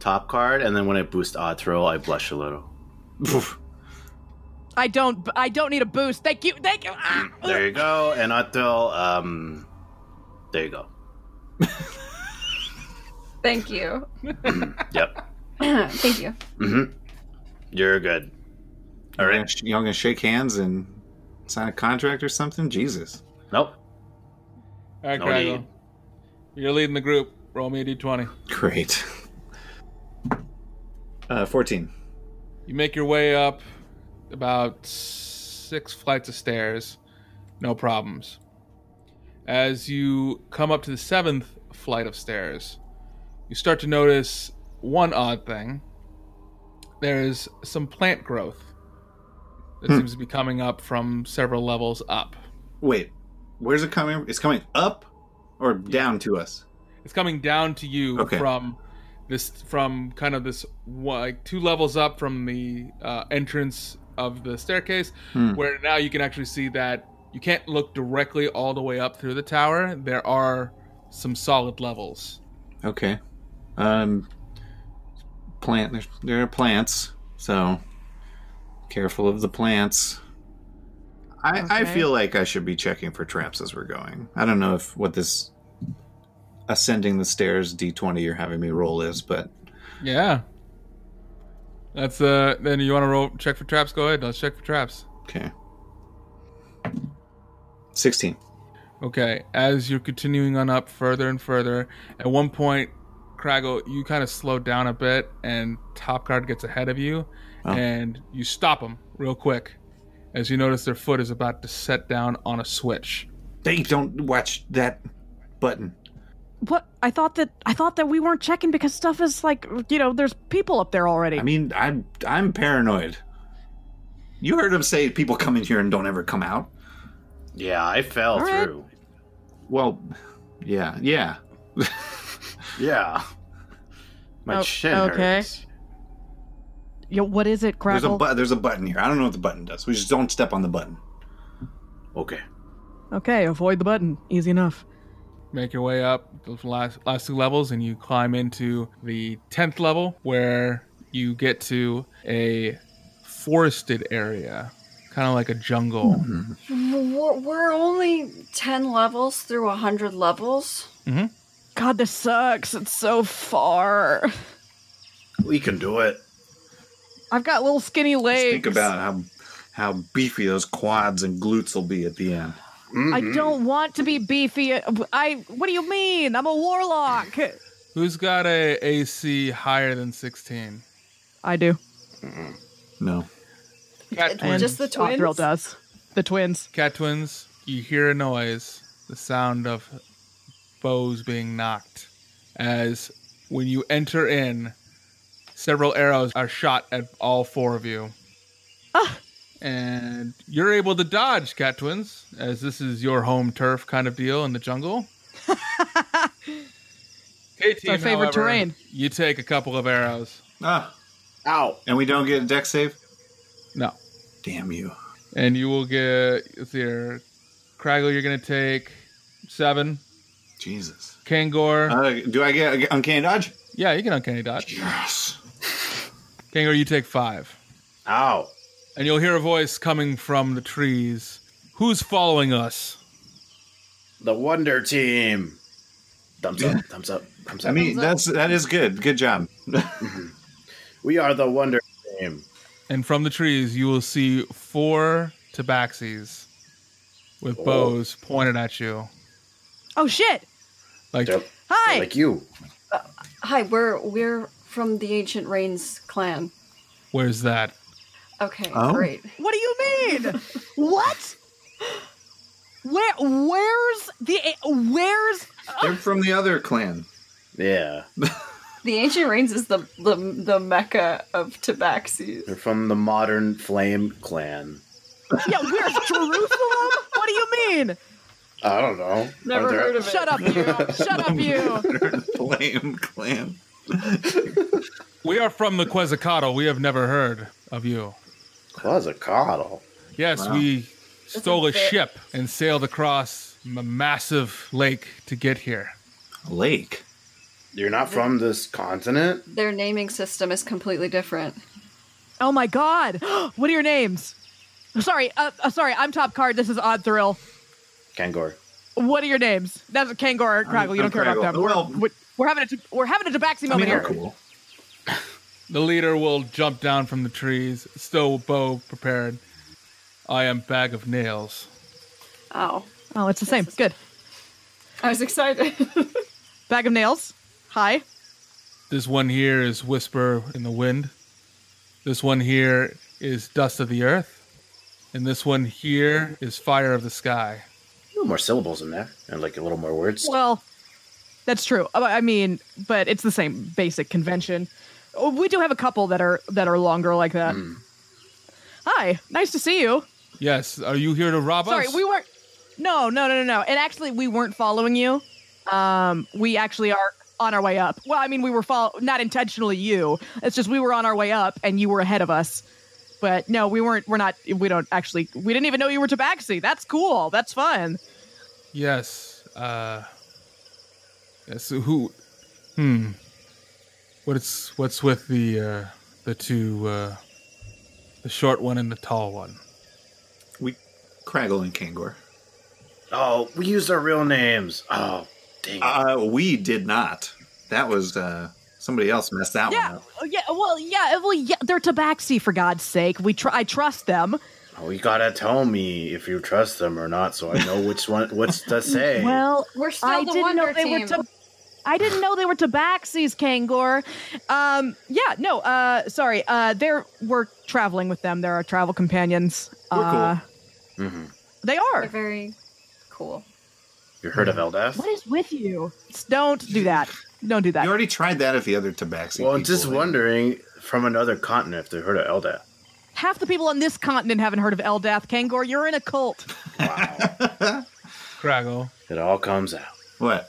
[SPEAKER 6] top card, and then when I boost odds roll, I blush a little.
[SPEAKER 1] Poof.
[SPEAKER 3] I don't. I don't need a
[SPEAKER 6] Mm,
[SPEAKER 3] boost. Thank you. Thank you. Ah!
[SPEAKER 6] There you go, and Othel, um, there you go.
[SPEAKER 2] Thank you.
[SPEAKER 3] [laughs]
[SPEAKER 2] Uh,
[SPEAKER 6] Yep.
[SPEAKER 2] Thank you.
[SPEAKER 6] hmm You're good. All
[SPEAKER 1] Y'all
[SPEAKER 6] right.
[SPEAKER 1] gonna sh- Y'all gonna shake hands and sign a contract or something? Jesus.
[SPEAKER 6] Nope.
[SPEAKER 4] All right,
[SPEAKER 6] No
[SPEAKER 4] Craggle.
[SPEAKER 6] need.
[SPEAKER 4] You're leading the group. Roll me a d20.
[SPEAKER 1] Great. Uh, 14.
[SPEAKER 4] You make your way up about six flights of stairs, no problems. As you come up to the seventh flight of stairs, you start to notice one odd thing. There is some plant growth that seems to be coming up from several levels up.
[SPEAKER 1] Wait, where's it coming? It's coming up or down to us?
[SPEAKER 4] It's coming down to you
[SPEAKER 1] Okay.
[SPEAKER 4] from this, from kind of this, one- like two levels up from the uh, entrance of the staircase,
[SPEAKER 1] Hmm.
[SPEAKER 4] where now you can actually see that you can't look directly all the way up through the tower. There are some solid levels.
[SPEAKER 1] Okay. Um, plant. There's, there are plants, so careful of the plants. I, I
[SPEAKER 3] Okay.
[SPEAKER 1] feel like I should be checking for traps as we're going. I don't know if what this ascending the stairs d20 you're having me roll is, but
[SPEAKER 4] Yeah. That's uh. Then you want to roll check for traps? Go ahead. Let's check for traps.
[SPEAKER 1] okay. 16.
[SPEAKER 4] Okay, as you're continuing on up further and further, at one point, Craggle, you kind of slow down a bit, and Top Guard gets ahead of you,
[SPEAKER 1] Oh.
[SPEAKER 4] and you stop him real quick as you notice their foot is about to set down on a switch.
[SPEAKER 1] They don't watch that button.
[SPEAKER 3] What? I thought that I thought that we weren't checking because stuff is like you know there's people up there already.
[SPEAKER 1] I mean, I'm I'm paranoid. You heard him say people come in here and don't ever come out.
[SPEAKER 6] Yeah, I fell
[SPEAKER 3] All right.
[SPEAKER 6] through.
[SPEAKER 1] Well, yeah, yeah. [laughs]
[SPEAKER 6] Yeah. My
[SPEAKER 3] Oh,
[SPEAKER 6] chin
[SPEAKER 3] okay.
[SPEAKER 6] hurts.
[SPEAKER 3] Yo, what is it,
[SPEAKER 1] There's a
[SPEAKER 3] Craggle?
[SPEAKER 1] bu- there's a button here. I don't know what the button does. We just don't step on the button.
[SPEAKER 6] Okay.
[SPEAKER 3] okay, avoid the button. Easy enough.
[SPEAKER 4] Make your way up those last last two levels, and you climb into the tenth level, where you get to a forested area, kind of like a jungle.
[SPEAKER 5] We're, we're only 10 levels through 100 levels.
[SPEAKER 3] God, this sucks. It's so far.
[SPEAKER 6] We can do it.
[SPEAKER 3] I've got little skinny
[SPEAKER 1] Just
[SPEAKER 3] legs.
[SPEAKER 1] think about how how beefy those quads and glutes will be at the end.
[SPEAKER 3] I don't want to be beefy. I. What do you mean? I'm a warlock.
[SPEAKER 4] Who's got a AC higher than sixteen?
[SPEAKER 3] I do.
[SPEAKER 1] No.
[SPEAKER 4] Cat
[SPEAKER 5] And
[SPEAKER 4] twins.
[SPEAKER 5] just the twins?
[SPEAKER 3] Othriel does. The twins.
[SPEAKER 4] Cat twins, you hear a noise, the sound of bows being knocked. As when you enter in, several arrows are shot at all four of you.
[SPEAKER 3] Ah.
[SPEAKER 4] And you're able to dodge, cat twins, as this is your home turf kind of deal in
[SPEAKER 3] [laughs]
[SPEAKER 4] the jungle. It's
[SPEAKER 3] our favorite terrain.
[SPEAKER 4] You take a couple of arrows.
[SPEAKER 1] Ah,
[SPEAKER 6] Ow.
[SPEAKER 1] and we don't get a deck save.
[SPEAKER 4] No.
[SPEAKER 1] Damn you.
[SPEAKER 4] And you will get, let's see here, Craggle, you're going to take seven.
[SPEAKER 1] Jesus.
[SPEAKER 4] Kangor.
[SPEAKER 1] Uh, do I get a- uncanny dodge?
[SPEAKER 4] Yeah, you can uncanny dodge.
[SPEAKER 1] Yes.
[SPEAKER 4] Kangaroo, you take five.
[SPEAKER 6] Ow.
[SPEAKER 4] And you'll hear a voice coming from the trees. Who's following us?
[SPEAKER 6] The Wonder Team. Thumbs
[SPEAKER 3] [laughs]
[SPEAKER 6] up. Thumbs up. Thumbs up.
[SPEAKER 1] I mean, that's that is good. Good job.
[SPEAKER 6] we are the Wonder Team.
[SPEAKER 4] And from the trees, you will see four tabaxis with bows pointed at you.
[SPEAKER 3] Oh shit!
[SPEAKER 4] Like,
[SPEAKER 6] They're,
[SPEAKER 3] Hi.
[SPEAKER 6] they're like you.
[SPEAKER 5] Hi, we're we're from the Ancient Rains clan.
[SPEAKER 4] where's that?
[SPEAKER 5] Okay,
[SPEAKER 1] Oh.
[SPEAKER 5] great.
[SPEAKER 3] What do you mean? what? Where? Where's the? Where's?
[SPEAKER 1] They're from the other clan. [laughs]
[SPEAKER 6] Yeah.
[SPEAKER 5] The Ancient Rains is the the, the mecca of tabaxis.
[SPEAKER 6] They're from the modern Flame clan.
[SPEAKER 3] Yeah, where's Jerusalem? What do you mean?
[SPEAKER 6] I don't know.
[SPEAKER 5] Never
[SPEAKER 6] Are there-
[SPEAKER 5] heard of it.
[SPEAKER 3] Shut up, you! Shut up, you!
[SPEAKER 1] Flame clan.
[SPEAKER 4] We are from the Quezacatl. We have never heard of you.
[SPEAKER 6] Quetzalcoatl.
[SPEAKER 4] Yes, we stole a
[SPEAKER 5] fair-
[SPEAKER 4] ship and sailed across a massive lake to get here.
[SPEAKER 1] Lake.
[SPEAKER 6] You're not from this continent?
[SPEAKER 5] Their naming system is completely different.
[SPEAKER 3] Oh my God! [gasps] What are your names? Sorry, uh, uh, sorry. I'm Top Card. This is Odd Thrill.
[SPEAKER 6] Kangor.
[SPEAKER 3] What are your names? That's a Kangor or Craggle. You
[SPEAKER 1] I'm
[SPEAKER 3] don't care
[SPEAKER 1] Craggle.
[SPEAKER 3] about them. We're,
[SPEAKER 1] Well-
[SPEAKER 3] we're- we're having a t- we're having a tabaxi
[SPEAKER 1] I
[SPEAKER 3] moment
[SPEAKER 1] mean,
[SPEAKER 3] here.
[SPEAKER 1] I'm cool.
[SPEAKER 4] The leader will jump down from the trees, still bow prepared. I am bag of nails.
[SPEAKER 5] Oh.
[SPEAKER 3] Oh, it's the same. Good.
[SPEAKER 2] I was excited.
[SPEAKER 3] Bag of nails. Hi.
[SPEAKER 4] This one here is whisper in the wind. This one here is dust of the earth. And this one here is fire of the sky.
[SPEAKER 6] A little more syllables in there, and like a little more words.
[SPEAKER 3] Well, that's true. Uh, I mean, but it's the same basic convention. Oh, We do have a couple that are that are longer like that. Hi. Nice to see you.
[SPEAKER 4] Yes, are you here to rob
[SPEAKER 3] Sorry,
[SPEAKER 4] us?
[SPEAKER 3] we weren't. No, no, no, no, no. And actually, we weren't following you. Um, we actually are on our way up. Well, I mean, we were follow not intentionally you. It's just we were on our way up, and you were ahead of us. But no, we weren't. We're not. We don't actually. We didn't even know you were Tabaxi. That's cool. That's fun.
[SPEAKER 4] Yes. Uh Yes, who Hmm. What's what's with the uh the two uh the short one and the tall one?
[SPEAKER 1] We Craggle and Kangor.
[SPEAKER 6] oh, we used our real names. Oh, dang it.
[SPEAKER 1] Uh, we did not. That was uh, somebody else messed that
[SPEAKER 3] Yeah.
[SPEAKER 1] one up.
[SPEAKER 3] Oh, Yeah. Well. Yeah. Well. Yeah. They're Tabaxi for God's sake. We tr- I trust them.
[SPEAKER 6] oh, you gotta tell me if you trust them or not, so I know which one what's to say.
[SPEAKER 3] Well,
[SPEAKER 5] [laughs] We're still
[SPEAKER 3] I
[SPEAKER 5] the
[SPEAKER 3] didn't
[SPEAKER 5] Wonder
[SPEAKER 3] know they were.
[SPEAKER 5] Team.
[SPEAKER 3] To- I didn't know they were Tabaxis, Kangor. Um, yeah, no. Uh, sorry. Uh, they're we're traveling with them. They're our travel companions.
[SPEAKER 1] We're cool. Mm-hmm.
[SPEAKER 3] Uh,
[SPEAKER 6] Mhm.
[SPEAKER 3] They
[SPEAKER 5] They're
[SPEAKER 3] are.
[SPEAKER 5] very cool.
[SPEAKER 6] You heard of Eldaf?
[SPEAKER 3] What is with you? Don't do that. Don't do
[SPEAKER 1] You
[SPEAKER 3] that.
[SPEAKER 1] already tried that at the other Tabaxi.
[SPEAKER 6] Well, I'm
[SPEAKER 1] people.
[SPEAKER 6] just wondering from another continent if they heard of Eldaf.
[SPEAKER 3] Half the people on this continent haven't heard of Eldath, Kangor. You're in a cult.
[SPEAKER 4] Craggle,
[SPEAKER 6] It all comes out.
[SPEAKER 1] What?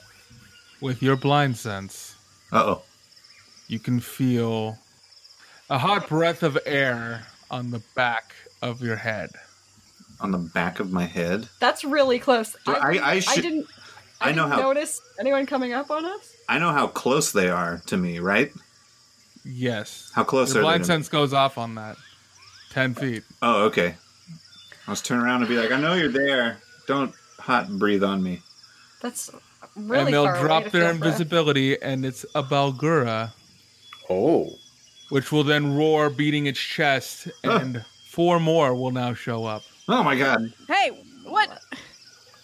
[SPEAKER 4] with your blind sense,
[SPEAKER 1] Uh oh.
[SPEAKER 4] you can feel a hot breath of air on the back of your head.
[SPEAKER 1] On the back of my head.
[SPEAKER 2] That's really close.
[SPEAKER 1] Dude, I- I should-
[SPEAKER 2] didn't.
[SPEAKER 1] I know
[SPEAKER 2] didn't
[SPEAKER 1] how-
[SPEAKER 2] Notice anyone coming up on us?
[SPEAKER 1] I know how close they are to me, right?
[SPEAKER 4] Yes.
[SPEAKER 1] How close
[SPEAKER 4] your
[SPEAKER 1] are
[SPEAKER 4] blind
[SPEAKER 1] they? to me?
[SPEAKER 4] sense goes off on that. Ten feet.
[SPEAKER 1] Oh, okay. I was turning around and be like, I know you're there. Don't hot breathe on me.
[SPEAKER 5] That's really
[SPEAKER 4] and they'll
[SPEAKER 5] far away
[SPEAKER 4] drop
[SPEAKER 5] to
[SPEAKER 4] their
[SPEAKER 5] feel for.
[SPEAKER 4] invisibility and it's a Balgura,
[SPEAKER 6] Oh.
[SPEAKER 4] which will then roar beating its chest, and four more will now show up.
[SPEAKER 1] Oh my god.
[SPEAKER 3] Hey, what?
[SPEAKER 5] Oh,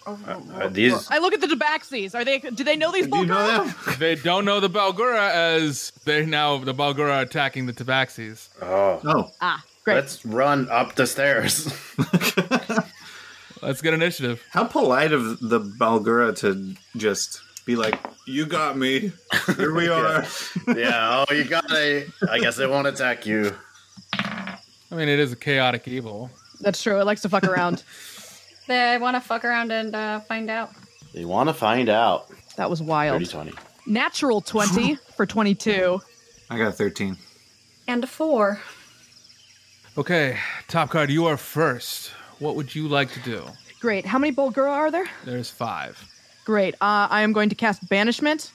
[SPEAKER 5] oh, oh,
[SPEAKER 6] Are uh, these
[SPEAKER 3] I look at the Tabaxis. Are they? Do they know these?
[SPEAKER 1] Do you know
[SPEAKER 3] Bulgars?
[SPEAKER 1] them?
[SPEAKER 4] They don't know the Balgura as they're now the Balgura are attacking the Tabaxis.
[SPEAKER 6] Oh.
[SPEAKER 1] Oh.
[SPEAKER 3] Ah, great.
[SPEAKER 6] Let's run up the stairs.
[SPEAKER 4] Let's get initiative.
[SPEAKER 1] How polite of the Balgura to just be like, You got me. Here
[SPEAKER 6] [laughs]
[SPEAKER 1] we are.
[SPEAKER 6] yeah, oh you gotta I guess they won't attack you.
[SPEAKER 4] I mean, it is a chaotic evil.
[SPEAKER 3] That's true. It likes to fuck around.
[SPEAKER 5] They want to fuck around and uh, find out.
[SPEAKER 6] They wanna find out.
[SPEAKER 3] that was wild.
[SPEAKER 6] 30 20.
[SPEAKER 3] Natural twenty for twenty-two.
[SPEAKER 1] I got a thirteen.
[SPEAKER 5] And a four.
[SPEAKER 4] Okay, Top Card, you are first. What would you like to do?
[SPEAKER 3] Great. How many Bulgura are there?
[SPEAKER 4] There's five.
[SPEAKER 3] Great. Uh, I am going to cast Banishment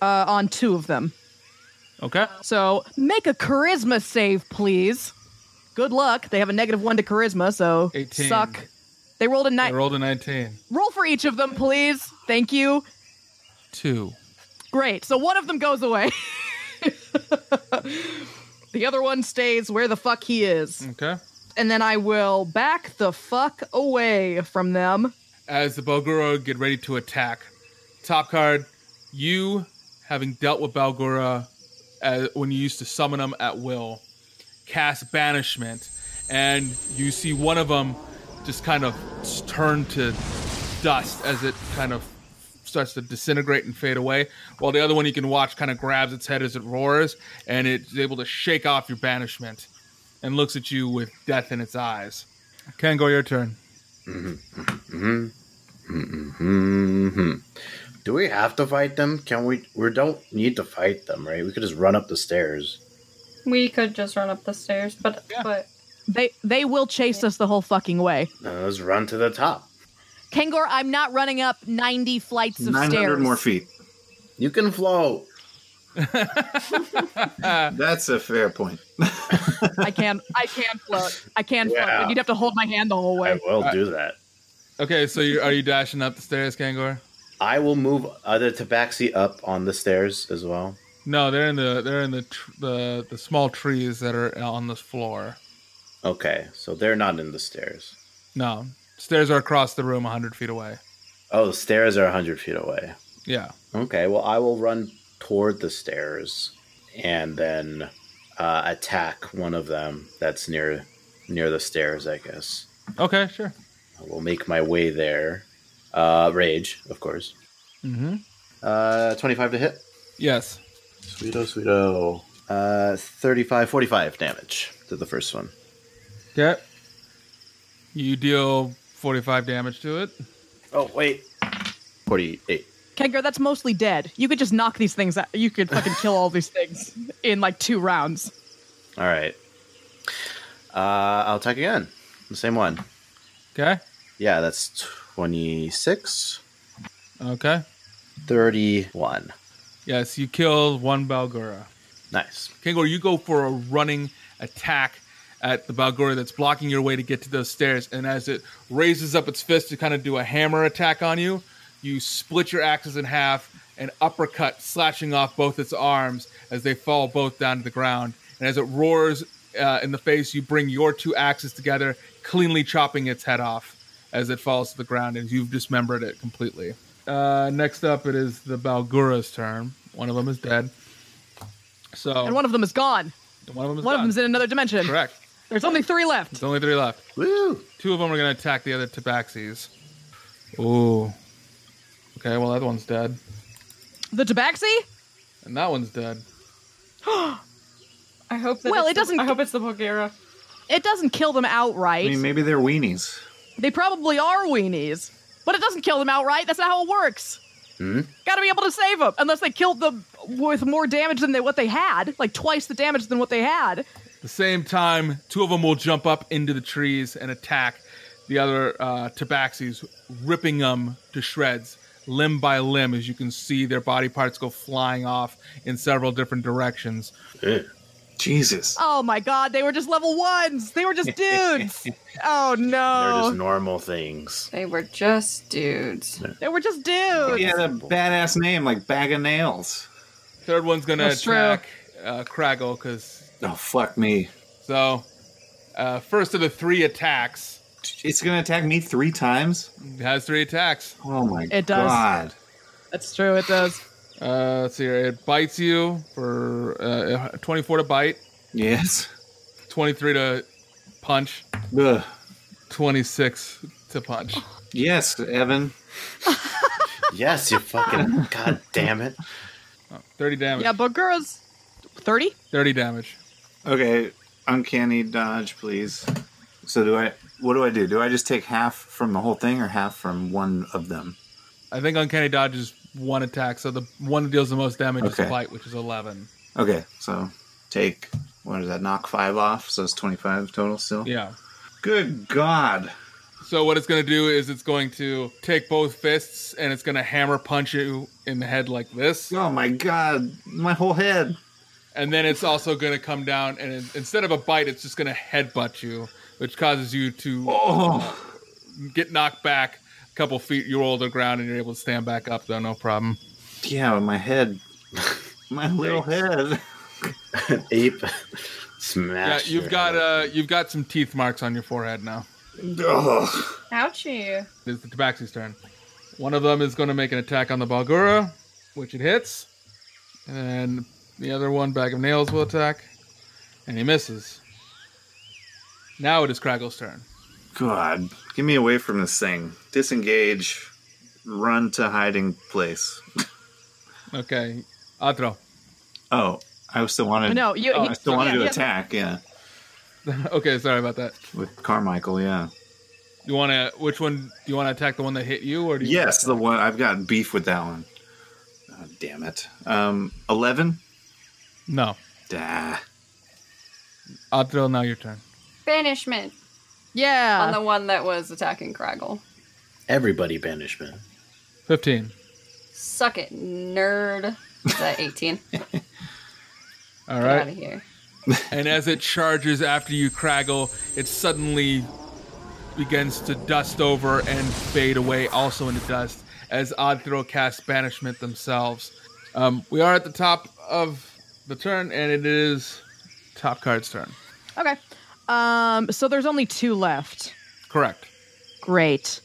[SPEAKER 3] uh, on two of them.
[SPEAKER 4] Okay.
[SPEAKER 3] So make a Charisma save, please. Good luck. They have a negative one to Charisma, so
[SPEAKER 4] 18.
[SPEAKER 3] suck. They rolled a
[SPEAKER 4] I
[SPEAKER 3] nine.
[SPEAKER 4] rolled a 19.
[SPEAKER 3] Roll for each of them, please. Thank you.
[SPEAKER 4] Two.
[SPEAKER 3] Great. So one of them goes away. [laughs] the other one stays where the fuck he is.
[SPEAKER 4] Okay.
[SPEAKER 3] And then I will back the fuck away from them.
[SPEAKER 4] As the Balgura get ready to attack, Top Card, you, having dealt with Balgura uh when you used to summon them at will, cast Banishment, and you see one of them just kind of s- turn to dust as it kind of starts to disintegrate and fade away, while the other one you can watch kind of grabs its head as it roars, and it's able to shake off your banishment and looks at you with death in its eyes. Kango, your turn.
[SPEAKER 6] hmm Do we have to fight them? Can we? We don't need to fight them, right? We could just run up the stairs.
[SPEAKER 5] We could just run up the stairs, but but
[SPEAKER 3] They they will chase us the whole fucking way.
[SPEAKER 6] Uh, let's run to the top.
[SPEAKER 3] Kangor, I'm not running up 90 flights of
[SPEAKER 1] Nine
[SPEAKER 3] stairs.
[SPEAKER 1] hundred more feet.
[SPEAKER 6] You can float.
[SPEAKER 1] That's a fair point.
[SPEAKER 3] I can I can float. I can float.
[SPEAKER 6] Yeah.
[SPEAKER 3] But you'd have to hold my hand the whole
[SPEAKER 6] I
[SPEAKER 3] way.
[SPEAKER 6] will do that.
[SPEAKER 4] Okay, so you, are you dashing up the stairs, Kangor?
[SPEAKER 6] I will move other tabaxi up on the stairs as well.
[SPEAKER 4] No, they're in the they're in the tr- the the small trees that are on this floor.
[SPEAKER 6] Okay, so they're not in the stairs.
[SPEAKER 4] No, stairs are across the room, hundred feet away.
[SPEAKER 6] Oh, the stairs are 100 feet away.
[SPEAKER 4] Yeah.
[SPEAKER 6] Okay, well, I will run toward the stairs and then uh, attack one of them that's near near the stairs, I guess.
[SPEAKER 4] Okay, sure.
[SPEAKER 6] I will make my way there. Uh, rage, of course.
[SPEAKER 4] Mm-hmm.
[SPEAKER 6] Uh, 25 to hit.
[SPEAKER 4] Yes.
[SPEAKER 6] Sweeto, sweeto. Uh, 35, 45 damage to the first one.
[SPEAKER 4] Okay. You deal forty-five damage to it.
[SPEAKER 6] Oh, wait. 48.
[SPEAKER 3] Kengor, that's mostly dead. You could just knock these things out. You could fucking kill all these things in like two rounds.
[SPEAKER 6] All right. Uh, I'll attack again. The same one.
[SPEAKER 4] Okay.
[SPEAKER 6] Yeah, that's 26,
[SPEAKER 4] Okay.
[SPEAKER 6] 31.
[SPEAKER 4] Yes, you killed one Balgura.
[SPEAKER 6] Nice.
[SPEAKER 4] Kangor, you go for a running attack at the Balgora that's blocking your way to get to those stairs. And as it raises up its fist to kind of do a hammer attack on you, you split your axes in half and uppercut, slashing off both its arms as they fall both down to the ground. And as it roars uh, in the face, you bring your two axes together, cleanly chopping its head off as it falls to the ground, and you've dismembered it completely. Uh, next up, it is the Balgura's turn. One of them is dead. So
[SPEAKER 3] And one of them is gone.
[SPEAKER 4] one of them is
[SPEAKER 3] One of
[SPEAKER 4] gone.
[SPEAKER 3] them's in another dimension.
[SPEAKER 4] Correct.
[SPEAKER 3] There's only three left.
[SPEAKER 4] There's only three left.
[SPEAKER 6] Woo!
[SPEAKER 4] Two of them are going to attack the other tabaxis. Ooh. Okay, well, that one's dead.
[SPEAKER 3] The Tabaxi?
[SPEAKER 4] And that one's dead.
[SPEAKER 2] I hope that
[SPEAKER 3] Well,
[SPEAKER 2] it's the-
[SPEAKER 3] it doesn't-
[SPEAKER 2] I hope it's the Bulgara.
[SPEAKER 3] It doesn't kill them
[SPEAKER 1] I
[SPEAKER 3] outright.
[SPEAKER 1] mean, maybe they're weenies.
[SPEAKER 3] They probably are weenies, but it doesn't kill them outright. That's not how it works.
[SPEAKER 1] Hmm?
[SPEAKER 3] Gotta be able to save them, unless they killed them with more damage than they, what they had, like twice the damage than what they had.
[SPEAKER 4] At the same time, two of them will jump up into the trees and attack the other uh, tabaxis, ripping them to shreds, limb by limb, as you can see their body parts go flying off in several different directions.
[SPEAKER 1] Jesus.
[SPEAKER 3] Oh my god, they were just level ones. They were
[SPEAKER 1] [laughs]
[SPEAKER 3] just dudes. oh
[SPEAKER 6] They're just
[SPEAKER 3] no,
[SPEAKER 6] normal things.
[SPEAKER 5] They were just dudes.
[SPEAKER 3] they were just dudes.
[SPEAKER 1] He had a Oh, badass name like Bag of Nails.
[SPEAKER 4] Third one's going to
[SPEAKER 3] That's true.
[SPEAKER 4] attack uh, Craggle because
[SPEAKER 1] Oh, fuck me.
[SPEAKER 4] So, uh, first of the three attacks
[SPEAKER 1] It's going to attack me three times?
[SPEAKER 4] it has three attacks.
[SPEAKER 1] Oh, my
[SPEAKER 3] It does.
[SPEAKER 1] God.
[SPEAKER 3] That's true. It does.
[SPEAKER 4] Uh, let's see here. It bites you for uh, 24 to bite,
[SPEAKER 1] Yes.
[SPEAKER 4] 23 to punch,
[SPEAKER 1] Ugh.
[SPEAKER 4] 26 to punch.
[SPEAKER 1] Yes, Evan.
[SPEAKER 6] [laughs] Yes,
[SPEAKER 4] [laughs]
[SPEAKER 6] you fucking. God damn it.
[SPEAKER 4] 30 damage.
[SPEAKER 3] Yeah, but girls, thirty.
[SPEAKER 4] 30 damage.
[SPEAKER 1] Okay, uncanny dodge, please. So do I? What do I do? Do I just take half from the whole thing, or half from one of them?
[SPEAKER 4] I think Uncanny Dodge is one attack, so the one that deals the most damage
[SPEAKER 1] Okay.
[SPEAKER 4] is bite, which is 11.
[SPEAKER 1] Okay, so take what is that? Knock five off, so it's twenty-five total still.
[SPEAKER 4] Yeah.
[SPEAKER 1] Good God!
[SPEAKER 4] So what it's going to do is it's going to take both fists and it's going to hammer punch you in the head like this.
[SPEAKER 1] Oh my God! My whole head.
[SPEAKER 4] and then it's also going to come down and in- instead of a bite it's just going to headbutt you which causes you to
[SPEAKER 1] Oh,
[SPEAKER 4] get knocked back a couple feet you roll to the ground and you're able to stand back up though no problem
[SPEAKER 1] yeah, my head. [laughs] My little head.
[SPEAKER 6] An ape. [laughs] Smash.
[SPEAKER 4] yeah you've
[SPEAKER 6] your
[SPEAKER 4] got
[SPEAKER 6] head.
[SPEAKER 4] uh you've got some teeth marks on your forehead now
[SPEAKER 1] Ugh.
[SPEAKER 5] Ouchie.
[SPEAKER 4] it's the tabaxi's turn one of them is going to make an attack on the balgura which it hits and then the other one bag of nails will attack and he misses now it is craggle's turn
[SPEAKER 1] God, get me away from this thing. Disengage. Run to hiding place.
[SPEAKER 4] okay atro
[SPEAKER 1] Oh, I still wanted.
[SPEAKER 3] No, you-
[SPEAKER 1] oh,
[SPEAKER 3] he-
[SPEAKER 1] I still wanted
[SPEAKER 3] yeah,
[SPEAKER 1] to
[SPEAKER 3] yeah.
[SPEAKER 1] attack. Yeah.
[SPEAKER 4] [laughs] okay sorry about that
[SPEAKER 1] with Carmichael. Yeah.
[SPEAKER 4] You want to? Which one do you want to attack? The one that hit you, or do you
[SPEAKER 1] Yes, the one I've got beef with that one. Oh, damn it. Um, eleven.
[SPEAKER 4] No,
[SPEAKER 1] Dah.
[SPEAKER 4] Adril, now your turn.
[SPEAKER 5] Banishment
[SPEAKER 3] Yeah.
[SPEAKER 5] on the one that was attacking Craggle.
[SPEAKER 6] Everybody banishment.
[SPEAKER 4] Fifteen.
[SPEAKER 5] Suck it, nerd.
[SPEAKER 1] [laughs]
[SPEAKER 5] Is that 18? Get
[SPEAKER 4] All
[SPEAKER 5] out of
[SPEAKER 4] right.
[SPEAKER 5] here.
[SPEAKER 4] And as it charges after you, Craggle, it suddenly begins to dust over and fade away also into dust as Oddthrow casts banishment themselves. Um, we are at the top of the turn, and it is top card's turn.
[SPEAKER 3] Okay. Um, so there's only two left.
[SPEAKER 4] Correct.
[SPEAKER 3] Great.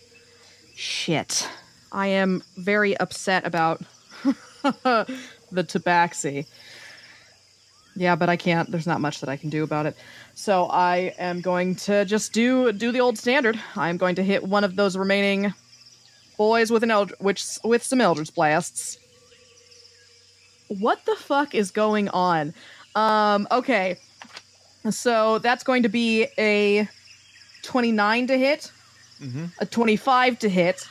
[SPEAKER 3] Shit. I am very upset about [laughs] the tabaxi. Yeah, but I can't. There's not much that I can do about it. So I am going to just do do the old standard. I'm going to hit one of those remaining boys with an elder, which with some eldritch blasts. What the fuck is going on? Um, okay. So that's going to be a 29 to hit,
[SPEAKER 4] Mhm.
[SPEAKER 3] a 25 to hit,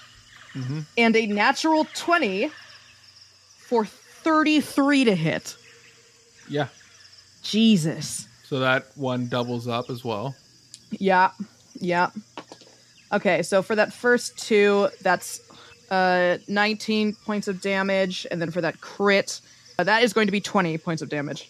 [SPEAKER 4] Mhm.
[SPEAKER 3] and a natural 20 for 33 to hit.
[SPEAKER 4] Yeah.
[SPEAKER 3] Jesus.
[SPEAKER 4] So that one doubles up as well.
[SPEAKER 3] Yeah. Yeah. Okay, so for that first two, that's uh 19 points of damage and then for that crit, uh, that is going to be 20 points of damage.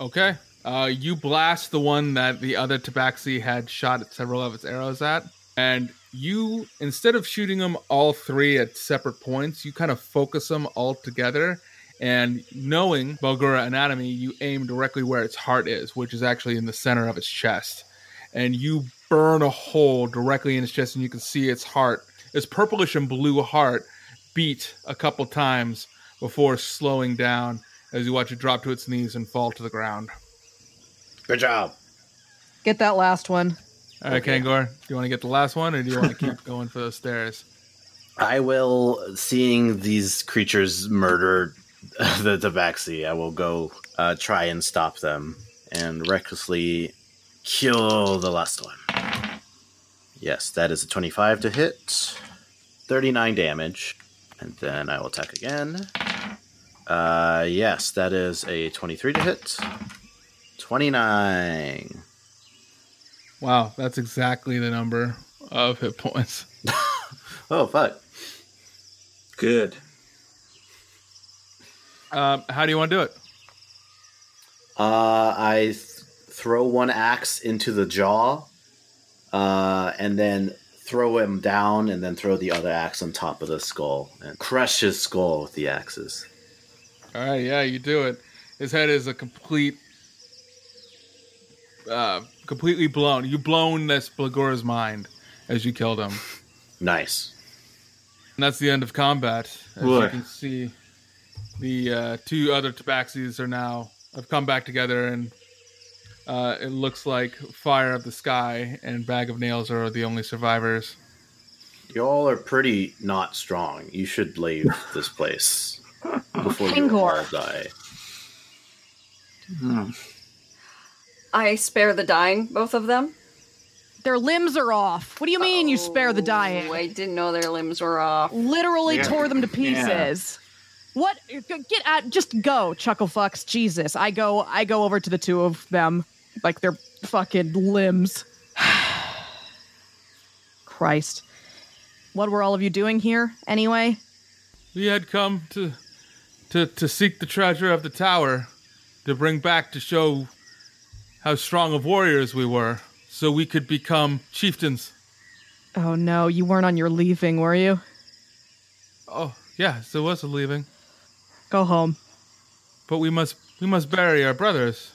[SPEAKER 4] Okay. Uh, you blast the one that the other Tabaxi had shot several of its arrows at, and you, instead of shooting them all three at separate points, you kind of focus them all together. And knowing Bulgura anatomy, you aim directly where its heart is, which is actually in the center of its chest. And you burn a hole directly in its chest, and you can see its heart, its purplish and blue heart, beat a couple times before slowing down as you watch it drop to its knees and fall to the ground.
[SPEAKER 6] Good job.
[SPEAKER 3] Get that last one.
[SPEAKER 4] All right, Kangor, do you want to get the last one, or do you [laughs] want to keep going for those stairs?
[SPEAKER 6] I will, seeing these creatures murder [laughs] the Tabaxi, I will go uh, try and stop them and recklessly kill the last one. Yes, that is a 25 to hit, 39 damage. And then I will attack again. Uh, yes, that is a 23 to hit, 29.
[SPEAKER 4] Wow, that's exactly the number of hit points.
[SPEAKER 6] Oh, fuck.
[SPEAKER 1] Good.
[SPEAKER 4] Um, how do you want to do it?
[SPEAKER 6] Uh, I th- throw one axe into the jaw, uh, and then throw him down, and then throw the other axe on top of the skull, and crush his skull with the axes.
[SPEAKER 4] All right, yeah, you do it. His head is a complete, uh, completely blown. You blown this Blagor's mind as you killed him,
[SPEAKER 6] Nice.
[SPEAKER 4] and that's the end of combat. As you
[SPEAKER 1] Boy.
[SPEAKER 4] can see, the uh, two other Tabaxis are now have come back together, and uh, it looks like Fire of the Sky and Bag of Nails are the only survivors.
[SPEAKER 6] Y'all are pretty not strong. You should leave this place before you all
[SPEAKER 3] Hangor.
[SPEAKER 6] die.
[SPEAKER 5] I spare the dying, both of them.
[SPEAKER 3] Their limbs are off. What do you mean you spare the dying?
[SPEAKER 5] Oh, I didn't know their limbs were off.
[SPEAKER 3] Literally
[SPEAKER 1] Yeah.
[SPEAKER 3] tore them to pieces. What? Get out! Just go, chuckle fucks. Jesus, I go. I go over to the two of them, like their fucking limbs. [sighs] Christ, what were all of you doing here anyway?
[SPEAKER 4] We had come to, to to seek the treasure of the tower, to bring back to show how strong of warriors we were, so we could become chieftains.
[SPEAKER 3] Oh no, you weren't on your leaving, were you?
[SPEAKER 4] Oh yeah, so was a leaving.
[SPEAKER 3] Go home.
[SPEAKER 4] But we must we must bury our brothers.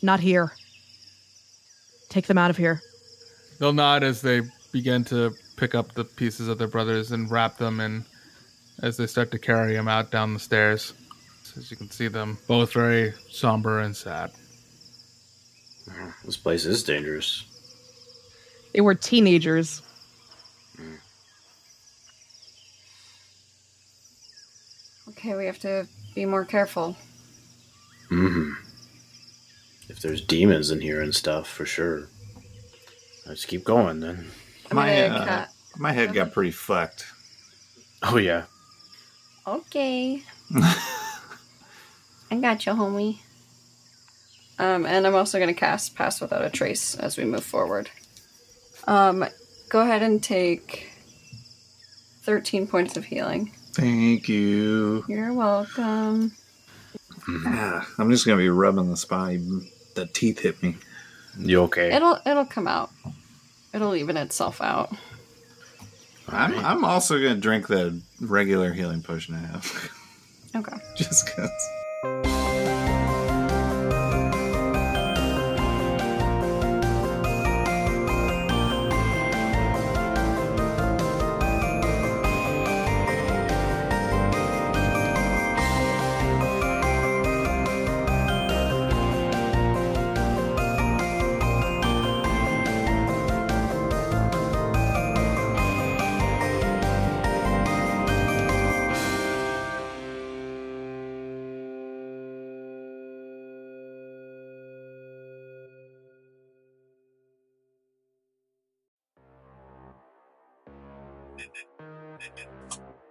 [SPEAKER 3] Not here. Take them out of here.
[SPEAKER 4] They'll nod as they begin to pick up the pieces of their brothers and wrap them in as they start to carry them out down the stairs. As you can see them both very somber and sad.
[SPEAKER 6] This place is dangerous.
[SPEAKER 3] They were teenagers.
[SPEAKER 5] Okay, we have to be more careful.
[SPEAKER 6] hmm If there's demons in here and stuff, for sure. Let's keep going then.
[SPEAKER 5] I'm
[SPEAKER 1] My,
[SPEAKER 5] gonna
[SPEAKER 1] uh, my head got pretty fucked.
[SPEAKER 6] Oh yeah.
[SPEAKER 1] [laughs]
[SPEAKER 5] ca- okay. I got you, homie. Um, and I'm also gonna cast Pass Without a Trace as we move forward. Um, go ahead and take thirteen points of healing.
[SPEAKER 1] Thank you.
[SPEAKER 5] You're welcome.
[SPEAKER 1] Ah, I'm just gonna be rubbing the spot. The teeth hit me.
[SPEAKER 6] You okay?
[SPEAKER 5] It'll it'll come out.
[SPEAKER 2] It'll even itself out.
[SPEAKER 1] I'm,
[SPEAKER 6] Alright.
[SPEAKER 1] I'm also gonna drink the regular healing potion I have, [laughs]
[SPEAKER 2] Okay.
[SPEAKER 1] just cause.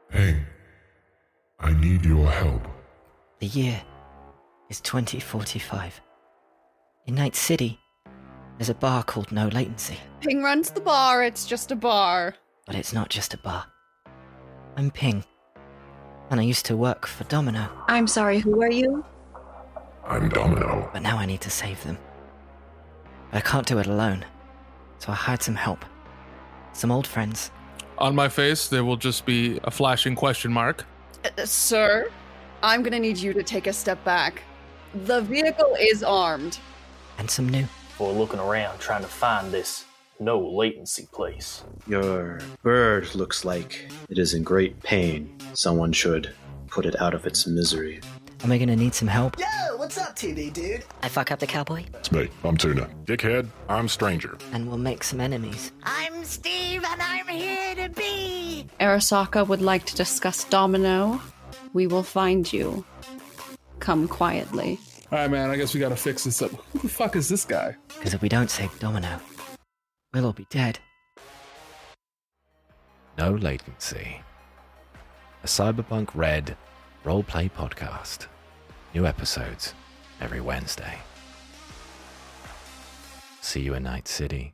[SPEAKER 7] Hey, I need your help.
[SPEAKER 8] The year is 2045. In Night City, there's a bar called No Latency,
[SPEAKER 9] Ping runs the bar, it's just a bar.
[SPEAKER 8] but it's not just a bar. I'm Ping, and I used to work for Domino,
[SPEAKER 2] I'm sorry, who are you?
[SPEAKER 7] I'm Domino.
[SPEAKER 8] but now I need to save them. But I can't do it alone, so I hired some help. Some old friends.
[SPEAKER 4] On my face, there will just be a flashing question mark.
[SPEAKER 9] Uh, uh, sir, I'm gonna need you to take a step back. The vehicle is armed.
[SPEAKER 8] And some new.
[SPEAKER 10] We're looking around trying to find this no latency place.
[SPEAKER 6] Your bird looks like it is in great pain. Someone should put it out of its misery.
[SPEAKER 8] Am I gonna need some help?
[SPEAKER 5] Yo, what's up, TD dude?
[SPEAKER 8] I fuck up the cowboy,
[SPEAKER 7] It's me. I'm Tuna. Dickhead, I'm Stranger.
[SPEAKER 8] and we'll make some enemies.
[SPEAKER 5] I'm Steve, and I'm here to be.
[SPEAKER 2] Arasaka would like to discuss Domino. We will find you. Come quietly.
[SPEAKER 4] All right, man. I guess we gotta fix this up. Who the fuck is this guy?
[SPEAKER 8] Because if we don't save Domino, we'll all be dead.
[SPEAKER 11] No Latency. A Cyberpunk Red roleplay podcast. New episodes every Wednesday. See you in Night City.